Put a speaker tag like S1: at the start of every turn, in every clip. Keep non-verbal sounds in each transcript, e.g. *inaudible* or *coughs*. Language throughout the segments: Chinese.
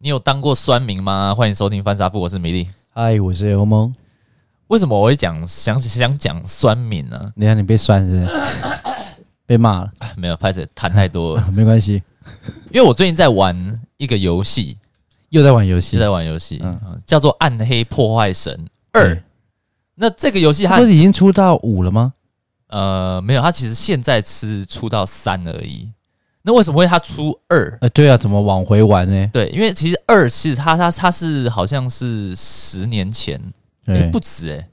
S1: 有当过酸民吗？欢迎收听翻沙布，我是米粒。
S2: 嗨，我是欧梦。
S1: 为什么我会讲想想讲酸民呢、 *laughs*
S2: 你看你被酸是不是被骂了，
S1: 没有，拍始谈太
S2: *laughs*
S1: 多了。
S2: 没关系，
S1: 因为我最近在玩一个游戏，
S2: 又在玩游
S1: 就
S2: 戏
S1: 在。玩游戏，
S2: 嗯
S1: 嗯叫做《暗黑破坏神二》
S2: 对
S1: 那这个游戏它
S2: 哎不是已经出到五了吗？
S1: 呃没有，它其实现在是出到三而已。那为什么会它出二？
S2: 呃，对啊，怎么往回玩呢？
S1: 对，因为其实二其实它它它是好像是十年前，哎、
S2: 对，
S1: 不止哎、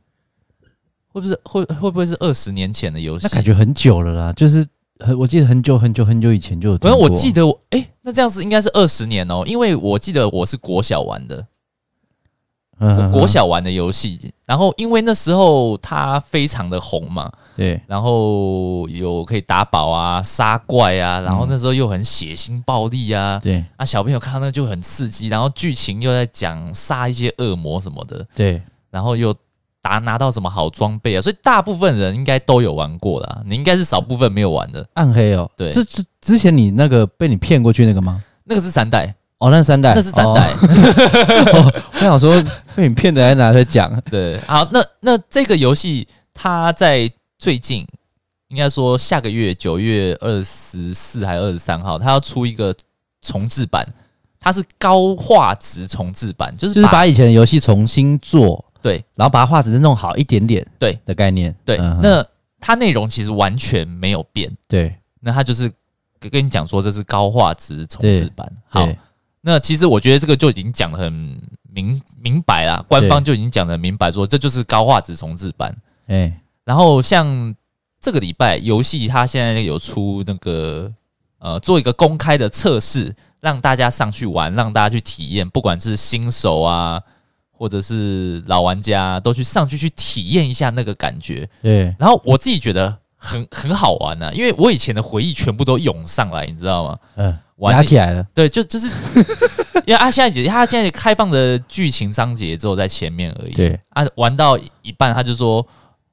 S1: 会不是会会不会是二十年前的游戏？
S2: 那感觉很久了啦，就是很我记得很久很久很久以前就有听
S1: 反
S2: 过。
S1: 正我记得我，哎、那这样子应该是二十年哦，因为我记得我是国小玩的，
S2: 嗯，
S1: 我
S2: 嗯
S1: 国
S2: 嗯
S1: 小玩的游戏。然后因为那时候它非常的红嘛，
S2: 对
S1: 然后有可以打宝啊、杀怪啊，
S2: 嗯
S1: 然后那时候又很血腥暴力啊，
S2: 对
S1: 啊，小朋友看到那就很刺激，然后剧情又在讲杀一些恶魔什么的，
S2: 对，
S1: 然后又。打拿到什么好装备啊？所以大部分人应该都有玩过啦，你应该是少部分没有玩的。
S2: 暗黑哦。
S1: 对
S2: 这这之前你那个被你骗过去那个吗？
S1: 那个是三代，
S2: 哦，那三代，
S1: 那是三
S2: 哦
S1: 代。。
S2: *laughs* 我想说被你骗的还拿来
S1: *laughs*
S2: 讲，
S1: 对，好，那那这个游戏它在最近，应该说下个月九月二十四还二十三号，它要出一个重置版，它是高画质重置版，就是
S2: 就是把以前的游戏重新做，
S1: 对
S2: 然后把它画质弄好一点点，
S1: 对
S2: 的概念。
S1: 对，
S2: 嗯哼
S1: 那它内容其实完全没有变，
S2: 对
S1: 那它就是跟跟你讲说这是高画质重置版。好，
S2: 对
S1: 那其实我觉得这个就已经讲的很明明白啦，官方就已经讲的明白说这就是高画质重置版。
S2: 哎
S1: 然后像这个礼拜游戏，它现在有出那个呃，做一个公开的测试，让大家上去玩，让大家去体验，不管是新手啊，或者是老玩家，都去上去去体验一下那个感觉。
S2: 对
S1: 然后我自己觉得很很好玩呢、啊，因为我以前的回忆全部都涌上来，你知道吗？
S2: 嗯，
S1: 玩
S2: 压起来了。
S1: 对，就就是，因为他现在只他现在开放的剧情章节只有在前面而已。
S2: 对
S1: 啊，玩到一半他就说，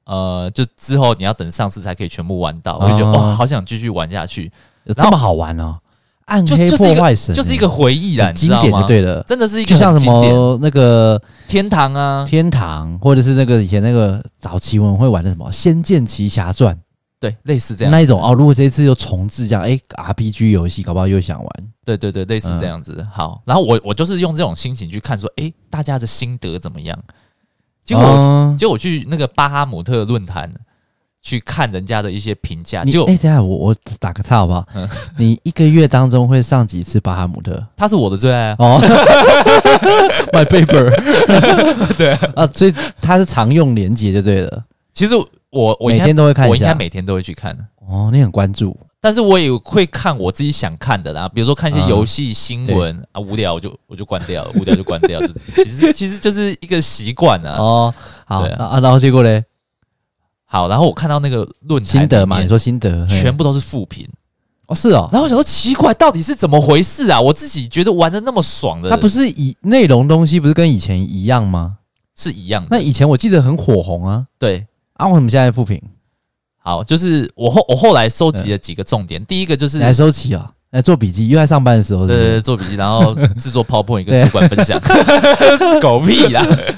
S1: 呃，就之后你要等上市才可以全部玩到。我就觉得
S2: 哦
S1: 哇，好想继续玩下去，
S2: 有
S1: 然后
S2: 这么好玩哦！暗
S1: 就
S2: 黑
S1: 就是
S2: 破
S1: 一
S2: 坏
S1: 个
S2: 神哎
S1: 就是一个回忆啦，
S2: 很
S1: 你
S2: 经
S1: 知道
S2: 典
S1: 吗？
S2: 就对了，
S1: 真的是一个
S2: 就像
S1: 很
S2: 什
S1: 经典
S2: 么那个
S1: 天堂啊，
S2: 天堂，或者是那个以前那个早期我们会玩的什么《仙剑奇侠传
S1: 对，类似》这样
S2: 那一种哦。如果这一次又重置这样，哎，RPG 游戏搞不好又想玩。
S1: 对对对，类似
S2: 嗯
S1: 这样子。好，然后我我就是用这种心情去看，说，诶，大家的心得怎么样？结果我、
S2: 哦
S1: 结果我去那个巴哈姆特论坛去看人家的一些评价，
S2: 你
S1: 结果嗯
S2: 哎，等一下我我打个岔好不好？你一个月当中会上几次巴哈姆特？
S1: 他是我的最爱啊。
S2: 哦 *laughs*
S1: *laughs*
S2: ，My paper，对啊，所以它是常用连接就对了，
S1: 其实我我
S2: 每
S1: 应该
S2: 天都会看
S1: 我
S2: 一
S1: 应该
S2: 下。
S1: 每天都会去看。
S2: 哦，你很关注，
S1: 但是我也会看我自己想看的啦，比如说看一些
S2: 嗯
S1: 游戏新闻、啊，无聊我就我就关掉了，无聊就关掉，就是 *laughs* 其实其实就是一个习惯啊。
S2: 哦，好，
S1: 对啊
S2: 那啊，然后结果嘞，
S1: 好，然后我看到那个论坛
S2: 心得嘛，
S1: 里
S2: 你
S1: 面
S2: 说心得，嘿
S1: 全部都是负评，
S2: 哦是哦，
S1: 然后我想说奇怪，到底是怎么回事啊？我自己觉得玩的那么爽的，
S2: 它不是以内容东西不是跟以前一样吗？
S1: 是一样
S2: 那
S1: 的？
S2: 以前我记得很火红啊，
S1: 对，
S2: 啊，为什么现在不评？
S1: 好，就是我后我后来收集了几个重点，第一个就是
S2: 嗯你来收集啊，来做笔记，又在上班的时候是
S1: 对
S2: 不
S1: 对
S2: 是，
S1: 对，做笔记，然后制作 PowerPoint 跟
S2: 对
S1: 主管分享， *laughs* 狗屁啦！呃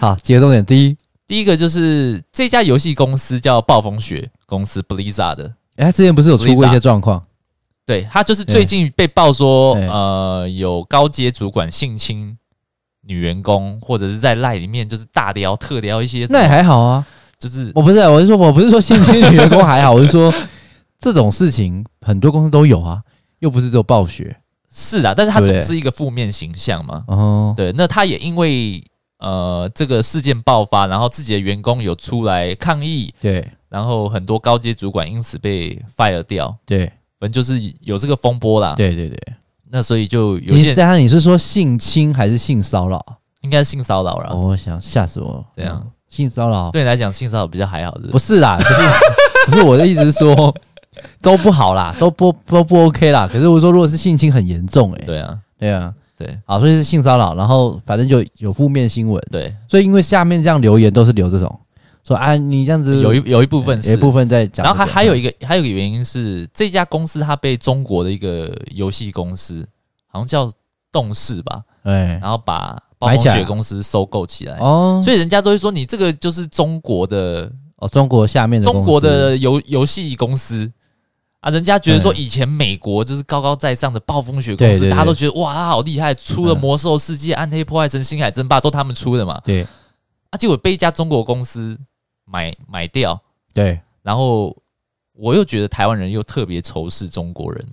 S2: 好，几个重点，第一，
S1: 第一个就是这家游戏公司叫暴风雪公司 Blizzard 的，
S2: 哎，它之前不是有出过一
S1: Lisa
S2: 些状况，
S1: 对他就是最近被爆说，
S2: 对
S1: 呃，有高阶主管性侵女员工，或者是在赖里面就是大聊特聊一些什么，
S2: 那也还好啊，
S1: 就是
S2: 我不是，我是说，我不是说性侵女员工还好，我是说这种事情很多公司都有啊，又不是只有暴雪
S1: 是啊，但是他
S2: 对不
S1: 总
S2: 对
S1: 是一个负面形象嘛，
S2: 哦。
S1: 对，那他也因为呃这个事件爆发，然后自己的员工有出来抗议，
S2: 对
S1: 然后很多高阶主管因此被 fire 掉，
S2: 对
S1: 反正就是有这个风波啦。
S2: 对对对，
S1: 那所以就啊有些
S2: 你是
S1: 人
S2: 在他你是说性侵还是性骚扰？
S1: 应该是性骚扰了。
S2: 哦，我想吓死我了。
S1: 怎
S2: 嗯
S1: 样？
S2: 性骚
S1: *laughs*
S2: 扰？
S1: 对你来讲，性骚扰比较还好，是不是
S2: 不是啦，不是不是我的意思是说都不好啦，都不都不 OK 啦。可是我说如果是性侵很严重诶、欸，
S1: 对啊，
S2: 对啊，
S1: 对
S2: 好，所以是性骚扰，然后反正就有负面新闻，
S1: 对，
S2: 所以因为下面这样留言都是留这种说啊你这样子
S1: 有一有一部分
S2: 有
S1: 是
S2: 一部分在讲这个，
S1: 然后还还有一个还有一个原因是，这家公司它被中国的一个游戏公司，好像叫动视吧，
S2: 哎，
S1: 然后把暴
S2: 买
S1: 风
S2: 起来
S1: 雪公司收购起来。
S2: 哦，
S1: 所以人家都会说你这个就是中国的
S2: 哦，中国下面的
S1: 中
S2: 公
S1: 国
S2: 司
S1: 的游游戏公司啊，人家觉得说
S2: 嗯
S1: 以前美国就是高高在上的暴风雪公
S2: 对
S1: 司，
S2: 对
S1: 大家
S2: 对
S1: 都觉得哇，他好厉害，出了《
S2: 嗯
S1: 魔兽世界》暗黑破坏神》《星海争霸》都他们出的嘛，
S2: 对
S1: 啊，结果被一家中国公司买买掉，
S2: 对
S1: 然后我又觉得台湾人又特别仇视中国人，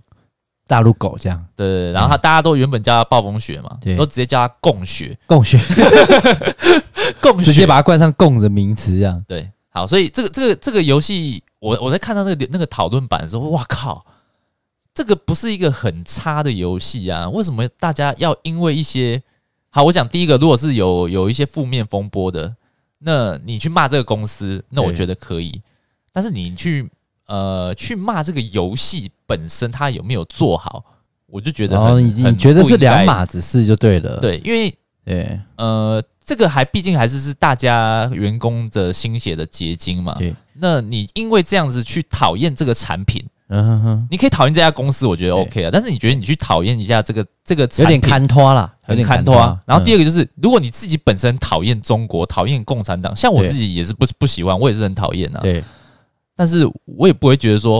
S2: 大陆狗这样
S1: 对对对，然后他大家都原本叫他暴风雪嘛，
S2: 嗯对
S1: 都直接叫他供血，
S2: 供血，
S1: 供血
S2: *laughs* 直接把它冠上“供”的名词这样。
S1: 对，好，所以这个这个这个游戏，我我在看到那个那个讨论版的时候，哇靠，这个不是一个很差的游戏啊！为什么大家要因为一些好？我讲第一个，如果是有有一些负面风波的，那你去骂这个公司，那我
S2: 对
S1: 觉得可以。但是你去呃去骂这个游戏本身，它有没有做好，我就觉得
S2: 然
S1: 很
S2: 后哦你你觉得是两？
S1: 很
S2: 码子事就对了。
S1: 不应该对，因为
S2: 对
S1: 呃，这个还毕竟还是是大家员工的心血的结晶嘛。
S2: 对，
S1: 那你因为这样子去讨厌这个产品，
S2: 嗯哼哼，
S1: 你可以讨厌这家公司，我觉得
S2: 对
S1: OK 啊。但是你觉得你去讨厌一下这个这个
S2: 有
S1: 产品
S2: 点看拖啦，有
S1: 很
S2: 点
S1: 看
S2: 拖嗯
S1: 透啊。然后第
S2: 二
S1: 二个就是，如果你自己本身讨厌中国、讨厌共产党，像我
S2: 对
S1: 自己也是不不喜欢，我也是很讨厌啊。
S2: 对
S1: 但是我也不会觉得说，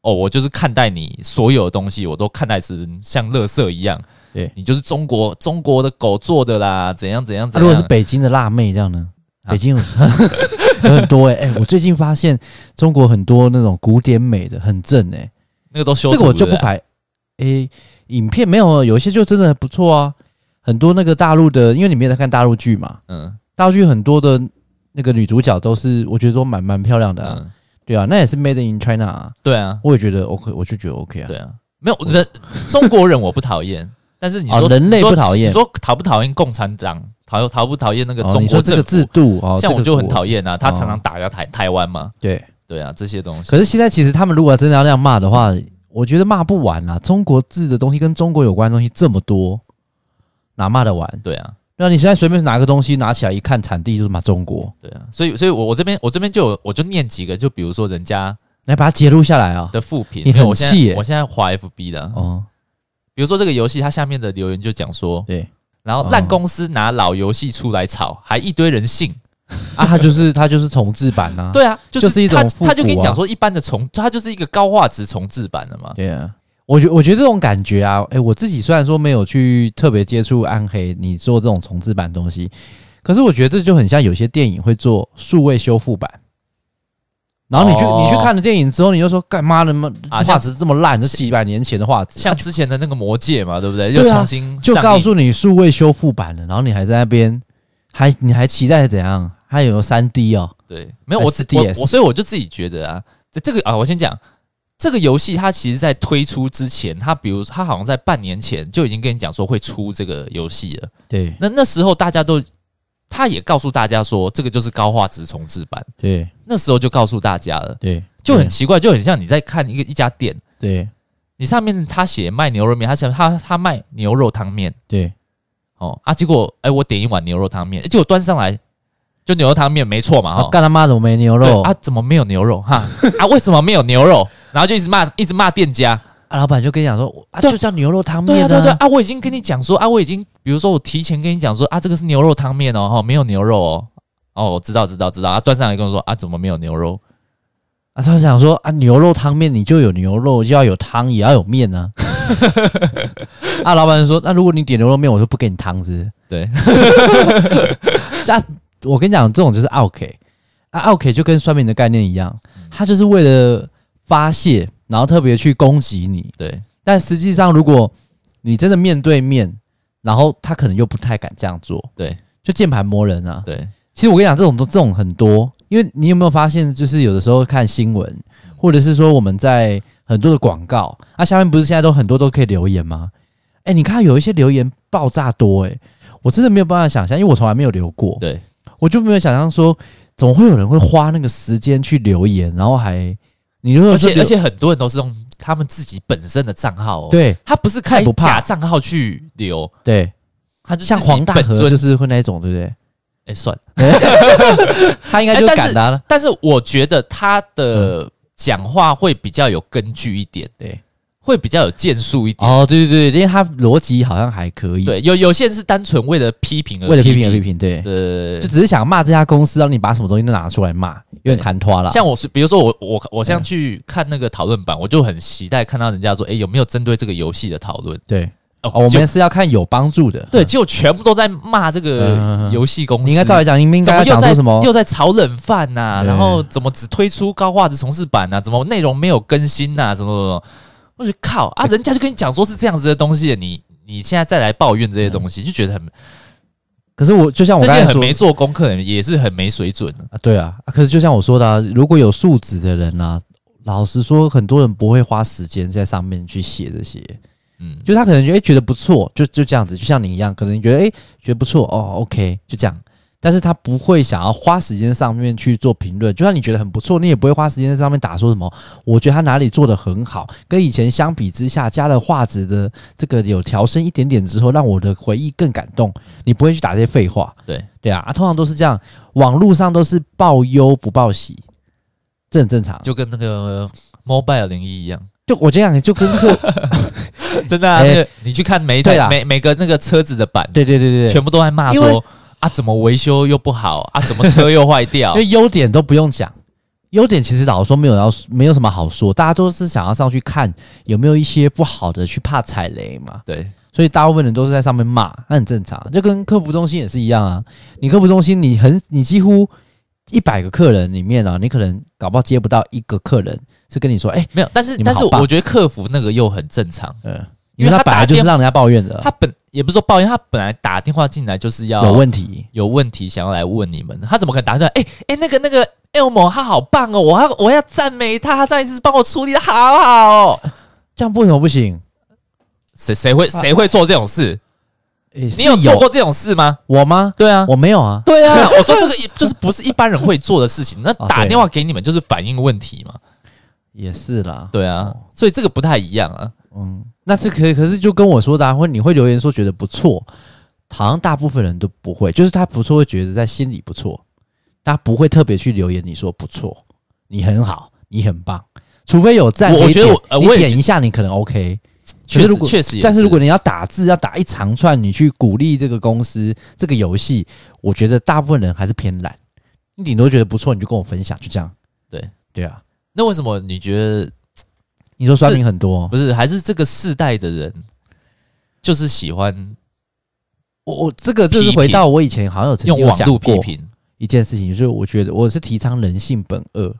S1: 哦，我就是看待你所有的东西，我都看待是像垃圾一样。
S2: 对
S1: 你就是中国中国的狗做的啦，怎样怎样
S2: 啊
S1: 怎
S2: 如
S1: 样。
S2: 果是北京的辣妹这样呢？
S1: 啊
S2: 北京有 *laughs* 有很多哎、欸我最近发现中国很多那种古典美的很正哎、
S1: 那个都修
S2: 这个我
S1: 图
S2: 就
S1: 的
S2: 不
S1: 啊
S2: 排诶、影片没有，有一些就真的不错啊。很多那个大陆的，因为你没有在看大陆剧嘛，
S1: 嗯
S2: 大陆剧很多的那个女主角都是我觉得都蛮蛮漂亮的、啊，
S1: 嗯，
S2: 对啊，那也是 Made in China 啊，
S1: 对啊，
S2: 我也觉得 OK，我就觉得 OK 啊，
S1: 对啊，没有人中国人我不讨厌， *laughs* 但是你
S2: 哦
S1: 说
S2: 人类
S1: 你说
S2: 不讨厌
S1: 你说讨不讨厌共产党，讨讨不讨厌那个
S2: 哦，
S1: 中
S2: 你
S1: 国
S2: 说
S1: 政
S2: 这个
S1: 府
S2: 制？度哦，
S1: 像我
S2: 这个
S1: 就很
S2: 国
S1: 讨厌啊，他
S2: 哦
S1: 常常打压台台湾嘛，
S2: 对，
S1: 对啊，这些东西
S2: 可是现在其实他们如果真的要那样骂的话，我觉得骂不完啦。中国字的东西跟中国有关的东西这么多，哪骂得完？
S1: 对啊，
S2: 那你现在随便拿个东西拿起来一看，产地就是骂中国，
S1: 对啊，所以所以我我这边我这边就有我就念几个，就比如说人家
S2: 来把它截录下来啊。
S1: 的负评，
S2: 你
S1: 因为
S2: 很
S1: 我现
S2: 气
S1: 在
S2: 耶
S1: 我现在滑 FB 的啊，
S2: 哦，
S1: 比如说这个游戏它下面的留言就讲说，
S2: 对，
S1: 然后
S2: 哦
S1: 烂公司拿老游戏出来炒，还一堆人信，
S2: 啊，它就是它就是重置版呐、啊。
S1: 对啊，就是
S2: 就是一种
S1: 他
S2: 复
S1: 他就跟你
S2: 古啊
S1: 讲说，一般的重，它就是一个高画质重置版的嘛。
S2: 对啊，我觉我觉得这种感觉啊，哎、我自己虽然说没有去特别接触暗黑，你做这种重置版的东西，可是我觉得这就很像有些电影会做数位修复版。然后你去、
S1: 哦
S2: 你去看了电影之后，你就说干妈的妈
S1: 啊像
S2: 画质这么烂，这几百年前的画质，
S1: 像之前的那个《魔戒》嘛，对不对？
S2: 对啊
S1: 又重新
S2: 就
S1: 上映
S2: 告诉你数位修复版了，然后你还在那边还你还期待怎样？还有三 D 哦，
S1: 对，没有我自我
S2: SDS
S1: 我，所以我就自己觉得啊，这这个啊，我先讲这个游戏，它其实在推出之前，它比如它好像在半年前就已经跟你讲说会出这个游戏了。
S2: 对
S1: 那那时候大家都，他也告诉大家说这个就是高画质重置版，
S2: 对
S1: 那时候就告诉大家了，
S2: 对，
S1: 就很奇怪，就很像你在看一个一家店，
S2: 对
S1: 你上面他写卖牛肉面，他写他他卖牛肉汤面。
S2: 对
S1: 哦啊，结果哎、我点一碗牛肉汤面，结果端上来就牛肉汤面，没错嘛
S2: 啊
S1: 哈。
S2: 干他妈怎么没牛
S1: 对
S2: 肉
S1: 啊，怎么没有牛肉
S2: *laughs*
S1: 哈？啊，为什么没有牛肉？然后就一直骂，一直骂店家。
S2: 啊，老板就跟你讲说，我啊，
S1: 对啊
S2: 就叫牛肉汤
S1: 对
S2: 面
S1: 啊，对啊对啊啊！我已经跟你讲说啊，我已经，比如说我提前跟你讲说啊，这个是牛肉汤面哦，哈、没有牛肉哦。哦，我知道，知道，知道。啊，端上来跟我说啊，怎么没有牛肉？
S2: 啊，他想说啊，牛肉汤面你就有牛肉，就要有汤，也要有面
S1: *laughs*
S2: 啊。啊，老板就说，那如果你点牛肉面，我就不给你汤汁。 *laughs*
S1: 对，
S2: 这、啊、我跟你讲，这种就是 OK，啊，OK 就跟酸民的概念一样，
S1: 嗯
S2: 他就是为了发泄，然后特别去攻击你。
S1: 对，
S2: 但实际上，如果你真的面对面，然后他可能又不太敢这样做，
S1: 对，
S2: 就键盘磨人啊。
S1: 对，
S2: 其实我跟你讲，这种这种很多，因为你有没有发现，就是有的时候看新闻，或者是说我们在很多的广告，啊，下面不是现在都很多都可以留言吗？哎、你看有一些留言爆炸多、哎，我真的没有办法想象，因为我从来没有留过，
S1: 对，
S2: 我就没有想象说，怎么会有人会花那个时间去留言，然后还你如果
S1: 而
S2: 说
S1: 且
S2: 留
S1: 而且很多人都是用他们自己本身的账号哦，，
S2: 对
S1: 他不是开
S2: 太不怕
S1: 假账号去留，
S2: 对，
S1: 他就
S2: 像
S1: 自己
S2: 黄大
S1: 本
S2: 河
S1: 尊
S2: 就是会那一种，对不对？
S1: 哎，算了。
S2: 他应该
S1: 哎
S2: 就
S1: 但是
S2: 敢拿、了，
S1: 但是我觉得他的讲话会比较有根据一点。
S2: 对，
S1: 会比较有建树一点。
S2: 哦，对对对，因为他逻辑好像还可以，，
S1: 对，有有些人是单纯为了批评而
S2: 为了批评而
S1: 而
S2: 批。评，对，
S1: 对
S2: 就，只是想骂这家公司，让你把什么东西都拿出来骂，有点砍拖了。
S1: 像我是，比如说我我我
S2: 嗯
S1: 像去看那个讨论版，我就很期待看到人家说，哎，有没有针对这个游戏的讨论？
S2: 对，
S1: 哦
S2: 哦，我
S1: 结
S2: 们是要看有帮助的。
S1: 对，结果全部都在骂这
S2: 嗯嗯
S1: 个
S2: 嗯
S1: 游戏公司。
S2: 你应该照来讲，你应
S1: 怎
S2: 该
S1: 么
S2: 要
S1: 又
S2: 讲
S1: 在
S2: 说什么？
S1: 又在炒冷饭呐、
S2: 对
S1: 然后怎么只推出高画质重置版呐、怎么内容没有更新呐、什么什么？我就靠
S2: 哎
S1: 啊，人家就跟你讲说是这样子的东西，你你现在再来抱怨这些东西，就觉得很
S2: 可是我就哎像我
S1: 这
S2: 刚
S1: 些
S2: 才
S1: 很
S2: 说，
S1: 没做功课，也是很没水准的。
S2: 啊对啊，啊可是就像我说的、啊，如果有素质的人啊，老实说，很多人不会花时间在上面去写这些。
S1: 嗯，
S2: 就他可能觉得、诶觉得不错，就就这样子，就像你一样，可能你觉得哎、诶觉得不错哦，OK，就这样。但是他不会想要花时间上面去做评论，就算你觉得很不错，你也不会花时间在上面打说什么。我觉得他哪里做的很好，跟以前相比之下，加了画质的这个有调升一点点之后，让我的回忆更感动。你不会去打这些废话，
S1: 对
S2: 对啊，啊，通常都是这样，网络上都是报忧不报喜，这很正常。就
S1: 就跟那个 Mobile 零一一
S2: *coughs*
S1: 样，
S2: 就我这样，就跟客， *laughs*
S1: 真的、啊，
S2: 哎
S1: 那个你去看每一
S2: 对
S1: 台
S2: 啦
S1: 每每个那个车子的版，
S2: 对对对对对，
S1: 全部都在骂
S2: 因
S1: 说
S2: 为
S1: 啊，怎么维修又不好啊，怎么车又坏掉
S2: *laughs* 因为。优点都不用讲，优点其实老实说没有要没有什么好说，大家都是想要上去看有没有一些不好的，去怕踩雷嘛。
S1: 对，
S2: 所以大部分人都是在上面骂，那很正常，就跟客服中心也是一样啊。你客服中心，你很你几乎一百个客人里面啊，你可能搞不好接不到一个客人是跟你说，哎、
S1: 没有，但是
S2: 你们
S1: 但是
S2: 好棒
S1: 我觉得客服那个又很正常。
S2: 呃，
S1: 因为
S2: 因为
S1: 他
S2: 他本来就是让人家抱怨的，
S1: 他本也不是说抱怨，他本来打电话进来就是要
S2: 有问题。
S1: 有问题想要来问你们，他怎么可能打出来？哎、哎、那个那个 Elmo 他好棒哦，我要我要赞美他，他上一次帮我处理的好好哦。
S2: 这样为什么不行？
S1: 谁谁会谁会做这种事？
S2: 诶
S1: 你
S2: 啊是
S1: 有
S2: 有
S1: 做过这种事吗？
S2: 我吗？
S1: 对啊，
S2: 我没有啊。
S1: 对
S2: *laughs*
S1: 啊，我说这个就是不是一般人会做的事情。那
S2: 哦
S1: 打
S2: 对
S1: 电话给你们就是反映问题嘛？
S2: 也是啦，
S1: 对啊，所以这个不太一样啊。
S2: 嗯，那这可可是就跟我说的、啊，或你会留言说觉得不错，好像大部分人都不会，就是他不错会觉得在心里不错，他不会特别去留言你说不错，你很好，你很棒，除非有赞
S1: 我
S2: 可以
S1: 我觉得
S2: 点
S1: 我呃
S2: 你
S1: 我也
S2: 点一下你可能 OK，可
S1: 确
S2: 是
S1: 实
S2: 如果
S1: 确实也，
S2: 但是如果你要打字要打一长串，你去鼓励这个公司这个游戏，我觉得大部分人还是偏懒，你顶多觉得不错你就跟我分享，就这样，
S1: 对
S2: 对啊，
S1: 那为什么你觉得
S2: 你说刷屏很多，
S1: 不是？还是这个世代的人就是喜欢
S2: 我我这个就是
S1: 批评
S2: 回到我以前好像有曾经
S1: 用
S2: 有
S1: 网
S2: 讲
S1: 络批
S2: 过
S1: 评？
S2: 一件事情，就是我觉得我是提倡人性本恶，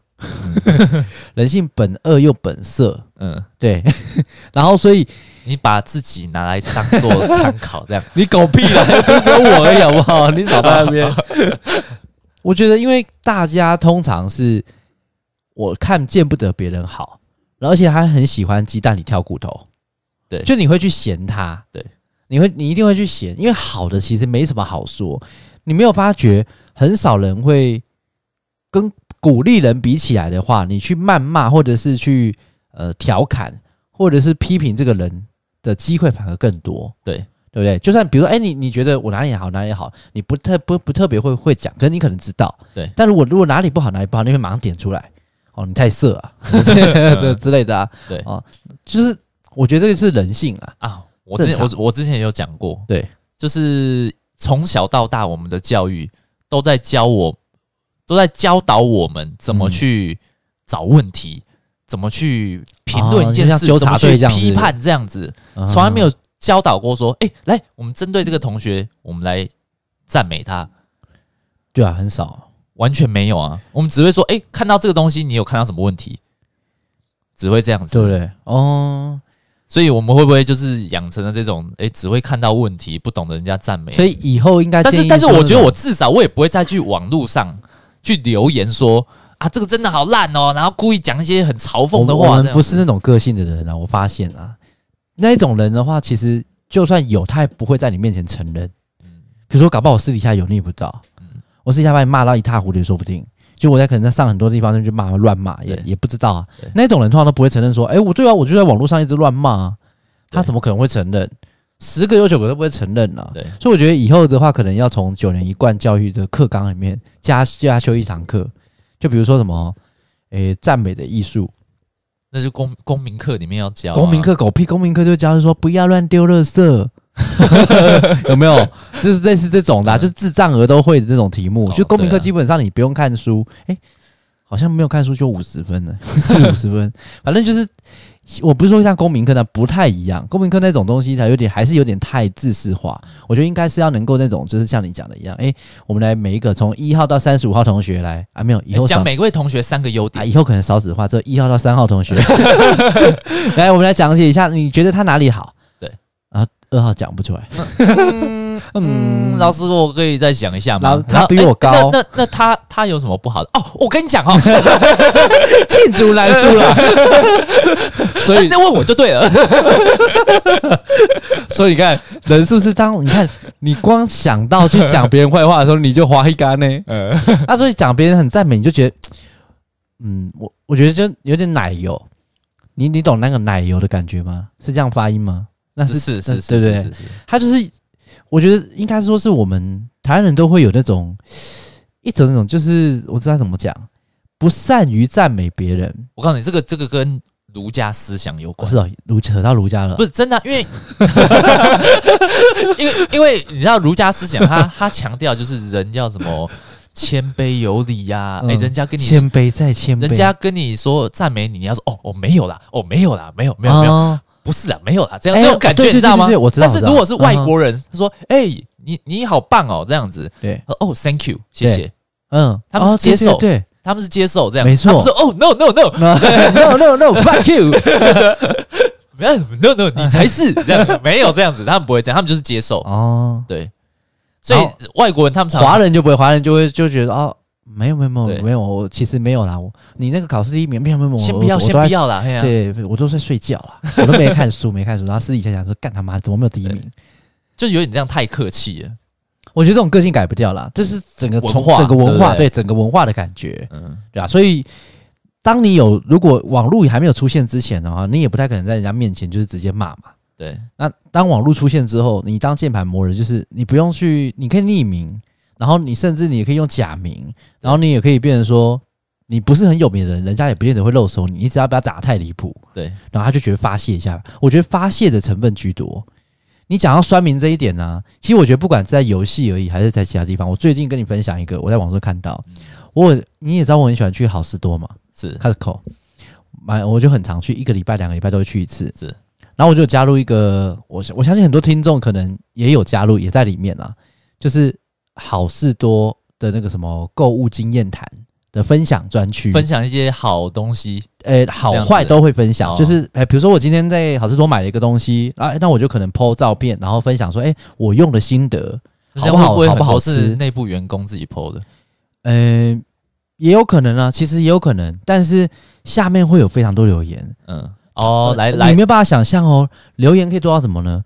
S2: *laughs* 人性本恶又本色，
S1: 嗯。
S2: 对。 *laughs* 然后所以
S1: 你把自己拿来当做参考，这样 *laughs*
S2: 你狗屁了，不是我而已好不好？你少在那边。 *laughs* 我觉得，因为大家通常是我看见不得别人好，然后而且还很喜欢鸡蛋里挑骨头，
S1: 对
S2: 就你会去嫌他，
S1: 对，
S2: 你会你一定会去嫌，因为好的其实没什么好说，你没有发觉很少人会跟鼓励人比起来的话，你去谩骂或者是去呃调侃或者是批评这个人的机会反而更多，
S1: 对
S2: 对不对？就算比如说，哎、你你觉得我哪里好哪里好，你不特不不特别会会讲，可是你可能知道，
S1: 对
S2: 但如果如果哪里不好哪里不好，你会马上点出来，哦，你太色
S1: *laughs*
S2: 啊，对之类的啊，
S1: 对
S2: 哦，就是我觉得这个是人性啊，
S1: 啊。我之前
S2: 正
S1: 我我之前也有讲过，
S2: 对，
S1: 就是从小到大，我们的教育都在教我，都在教导我们怎么
S2: 嗯
S1: 去找问题，怎么去评论
S2: 哦
S1: 一件
S2: 就像
S1: 事，
S2: 纠
S1: 怎么
S2: 察
S1: 去
S2: 队这样
S1: 批
S2: 子
S1: 判这样子，从来没
S2: 有
S1: 有教导过说，哎、来，我们针对这个同学，我们来赞美他，
S2: 对啊，很少，
S1: 完全没有啊。我们只会说，哎、看到这个东西，你有看到什么问题？只会这样子，
S2: 对不对？哦，
S1: 所以我们会不会就是养成了这种，诶，只会看到问题，不懂得人家赞美？啊
S2: 所以以后应该
S1: 但
S2: 建
S1: 是
S2: 议
S1: 但是
S2: 说
S1: 我觉得
S2: 那
S1: 我
S2: 种
S1: 至少我也不会再去网络上去留言说啊，这个真的好烂哦，然后故意讲一些很嘲讽的
S2: 我
S1: 话。
S2: 我
S1: 这
S2: 们
S1: 样
S2: 不是那种个性的人啊，我发现啊，那一种人的话，其实就算有，他也不会在你面前承认。
S1: 嗯
S2: 比如说，搞不好我私底下有，你也不知道。我私底下把你骂到一塌糊涂也说不定。就我在可能在上很多地方就去骂乱骂，也
S1: 对
S2: 也不知道啊
S1: 对。
S2: 那种人通常都不会承认说，哎、我对啊，我就在网络上一直乱骂啊，他
S1: 对
S2: 怎么可能会承认？十个有九个都不会承认啊。
S1: 对
S2: 所以我觉得以后的话，可能要从九年一贯教育的课纲里面加加修一堂课，就比如说什么，诶、赞美的艺术，
S1: 那就公公民课里面要教、啊。
S2: 公民课狗屁，公民课就教说不要乱丢垃圾， *laughs* 有没有？就是类似这种的啊、就是智障儿都会的这种题目。
S1: 哦
S2: 就公民
S1: 对
S2: 课
S1: 啊
S2: 基本上你不用看书，哎、好像没有看书就五十 *laughs* 分呢，四五十分，反正就是。我不是说像公民课那不太一样，公民课那种东西它有点还是有点太自式化，我觉得应该是要能够那种就是像你讲的一样，哎、我们来每一个从一号到三十五号同学来啊，没有以后
S1: 诶讲
S2: 赏
S1: 每位同学三个优
S2: 啊，
S1: 点。
S2: 以后可能少子化，只有一号到三号同学。 *laughs* 来，我们来讲解一下，你觉得他哪里好？
S1: 对，
S2: 啊，二号讲不
S1: *laughs*
S2: 出来，
S1: 嗯，老师，我可以再想一下吗？
S2: 老他
S1: 然后
S2: 比我
S1: 诶
S2: 高
S1: 那那那他他有什么不好的？哦，我跟你讲
S2: *laughs*
S1: 哦，
S2: 罄竹难书了。所
S1: 那
S2: 以，
S1: 那问我就对 *laughs* 了。
S2: *laughs* 所以你看，人是不是当你看你光想到去讲别人坏话的时候，你就滑
S1: *laughs*
S2: 一杆呢？
S1: 嗯
S2: 啊，所以讲别人很赞美，你就觉得，嗯，我我觉得就有点奶油。你你懂那个奶油的感觉吗？是这样发音吗？那是
S1: 是
S2: 那
S1: 是是
S2: 对不对
S1: 是？是是
S2: 他就是，我觉得应该说是我们台湾人都会有那种一种那种，就是我知道怎么讲，不善于赞美别人，
S1: 我告诉你，这个这个跟儒家思想有
S2: 哦、
S1: 关。
S2: 是哦，儒扯到儒家了，
S1: 不是真的啊、因为因为因为你知道儒家思想，他他强调就是人要什么谦卑有礼呀、哎、
S2: 嗯
S1: 人家跟你
S2: 谦卑再谦卑，
S1: 人家跟你说赞美你，你要说哦，我没有啦，哦没有啦，没有没有没有，
S2: 哦
S1: 不是啦，啊没有啦，这样
S2: 哎
S1: 那种感觉
S2: 对对
S1: 你知道吗？
S2: 对对对我知道
S1: 但是
S2: 我知道嗯
S1: 如果是外国人，他说哎、你你好棒哦，这样子，
S2: 对，
S1: 哦，thank you，谢谢。
S2: 嗯，
S1: 他们是
S2: 哦对
S1: 接受
S2: 对对
S1: 他们是接受这样，
S2: 没错
S1: 他们说哦，no no no，
S2: *laughs* ，no no no，fuck you，
S1: 没有 no no，你才
S2: *laughs*
S1: 是这样，没有这样子，他们不会这样，他们就是接受。
S2: 哦，
S1: 对，所
S2: 然后
S1: 以外国人他们常
S2: 华人就不会，华人就会就觉得哦。没有没有没
S1: 对
S2: 有没有，我其实没有啦。我你那个考试第一名，没有没有没有，
S1: 先
S2: 我
S1: 不要，
S2: 我
S1: 先
S2: 都在
S1: 不要啦，哎嘿呀，
S2: 对，我都在睡觉啦，我都没看书，没看书。然后私底下想说，干他妈怎么没有第一名？
S1: 就有点这样太客气了。
S2: 我觉得这种个性改不掉啦，这是整个
S1: 文
S2: 从
S1: 化
S2: 整个文化
S1: 对不对
S2: 整个文化的感觉，
S1: 嗯，
S2: 对吧、所以，当你有如果网络还没有出现之前的话，你也不太可能在人家面前就是直接骂嘛。
S1: 对，
S2: 那当网络出现之后，你当键盘魔人，就是你不用去，你可以匿名，然后你甚至你也可以用假名，然后你也可以变成说你不是很有名的人，人家也不见得会露手你，你只要不要打得太离谱，
S1: 对，
S2: 然后他就觉得发泄一下。我觉得发泄的成分居多。你讲到酸民这一点呢、其实我觉得不管是在游戏而已，还是在其他地方，我最近跟你分享一个，我在网上看到，我你也知道我很喜欢去好事多嘛
S1: 是
S2: ，Costco，买我就很常去，一个礼拜、两个礼拜都会去一次。
S1: 是，
S2: 然后我就有加入一个，我相我相信很多听众可能也有加入，也在里面啦，就是好事多的那个什么购物经验谈的分享专区，
S1: 分享一些好东西，
S2: 呃，好
S1: 这样
S2: 坏
S1: 子
S2: 都会分享，
S1: 哦
S2: 就是哎，比如说我今天在好事多买了一个东西啊，那我就可能 PO 照片，然后分享说，哎，我用的心得，好不好
S1: 这样会会
S2: 好不好
S1: 很多是
S2: 吃
S1: 内部员工自己 PO 的，
S2: 呃，也有可能啊，其实也有可能，但是下面会有非常多留言
S1: 嗯，哦，
S2: 呃
S1: 来
S2: 你
S1: 来
S2: 没，有办法想象哦，留言可以多到什么呢？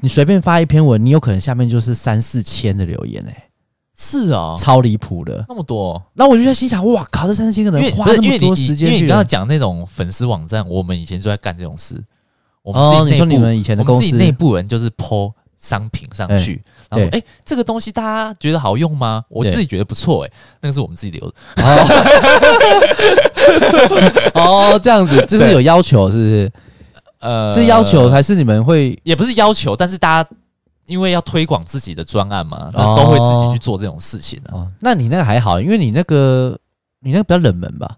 S2: 你随便发一篇文，你有可能下面就是三四千的留言、哎、
S1: 是哦，
S2: 超离谱的。
S1: 那么多哦，
S2: 那我就在心想，哇靠，这三四千个
S1: 因
S2: 人
S1: 为
S2: 花
S1: 不是
S2: 那
S1: 因为
S2: 么
S1: 你
S2: 多
S1: 你
S2: 时
S1: 因
S2: 间
S1: 为
S2: 去
S1: 你刚刚讲那种粉丝网站，我们以前就在干这种事，我们自己
S2: 哦，你说
S1: 内
S2: 你
S1: 部
S2: 们以前的
S1: 我们
S2: 公
S1: 自己
S2: 司
S1: 内部人就是 PO 商品上去，然后说：“哎、这个东西大家觉得好用吗？”我
S2: 对
S1: 自己觉得不错，哎，那个是我们自己留的。
S2: 哦，哦，这样子就是
S1: 对
S2: 有要求，是不是？
S1: 呃
S2: 是要求还是你们会？
S1: 也不是要求，但是大家因为要推广自己的专案嘛，那
S2: 哦
S1: 都会自己去做这种事情的、啊，
S2: 哦，那你那个还好，因为你那个你那个比较冷门吧，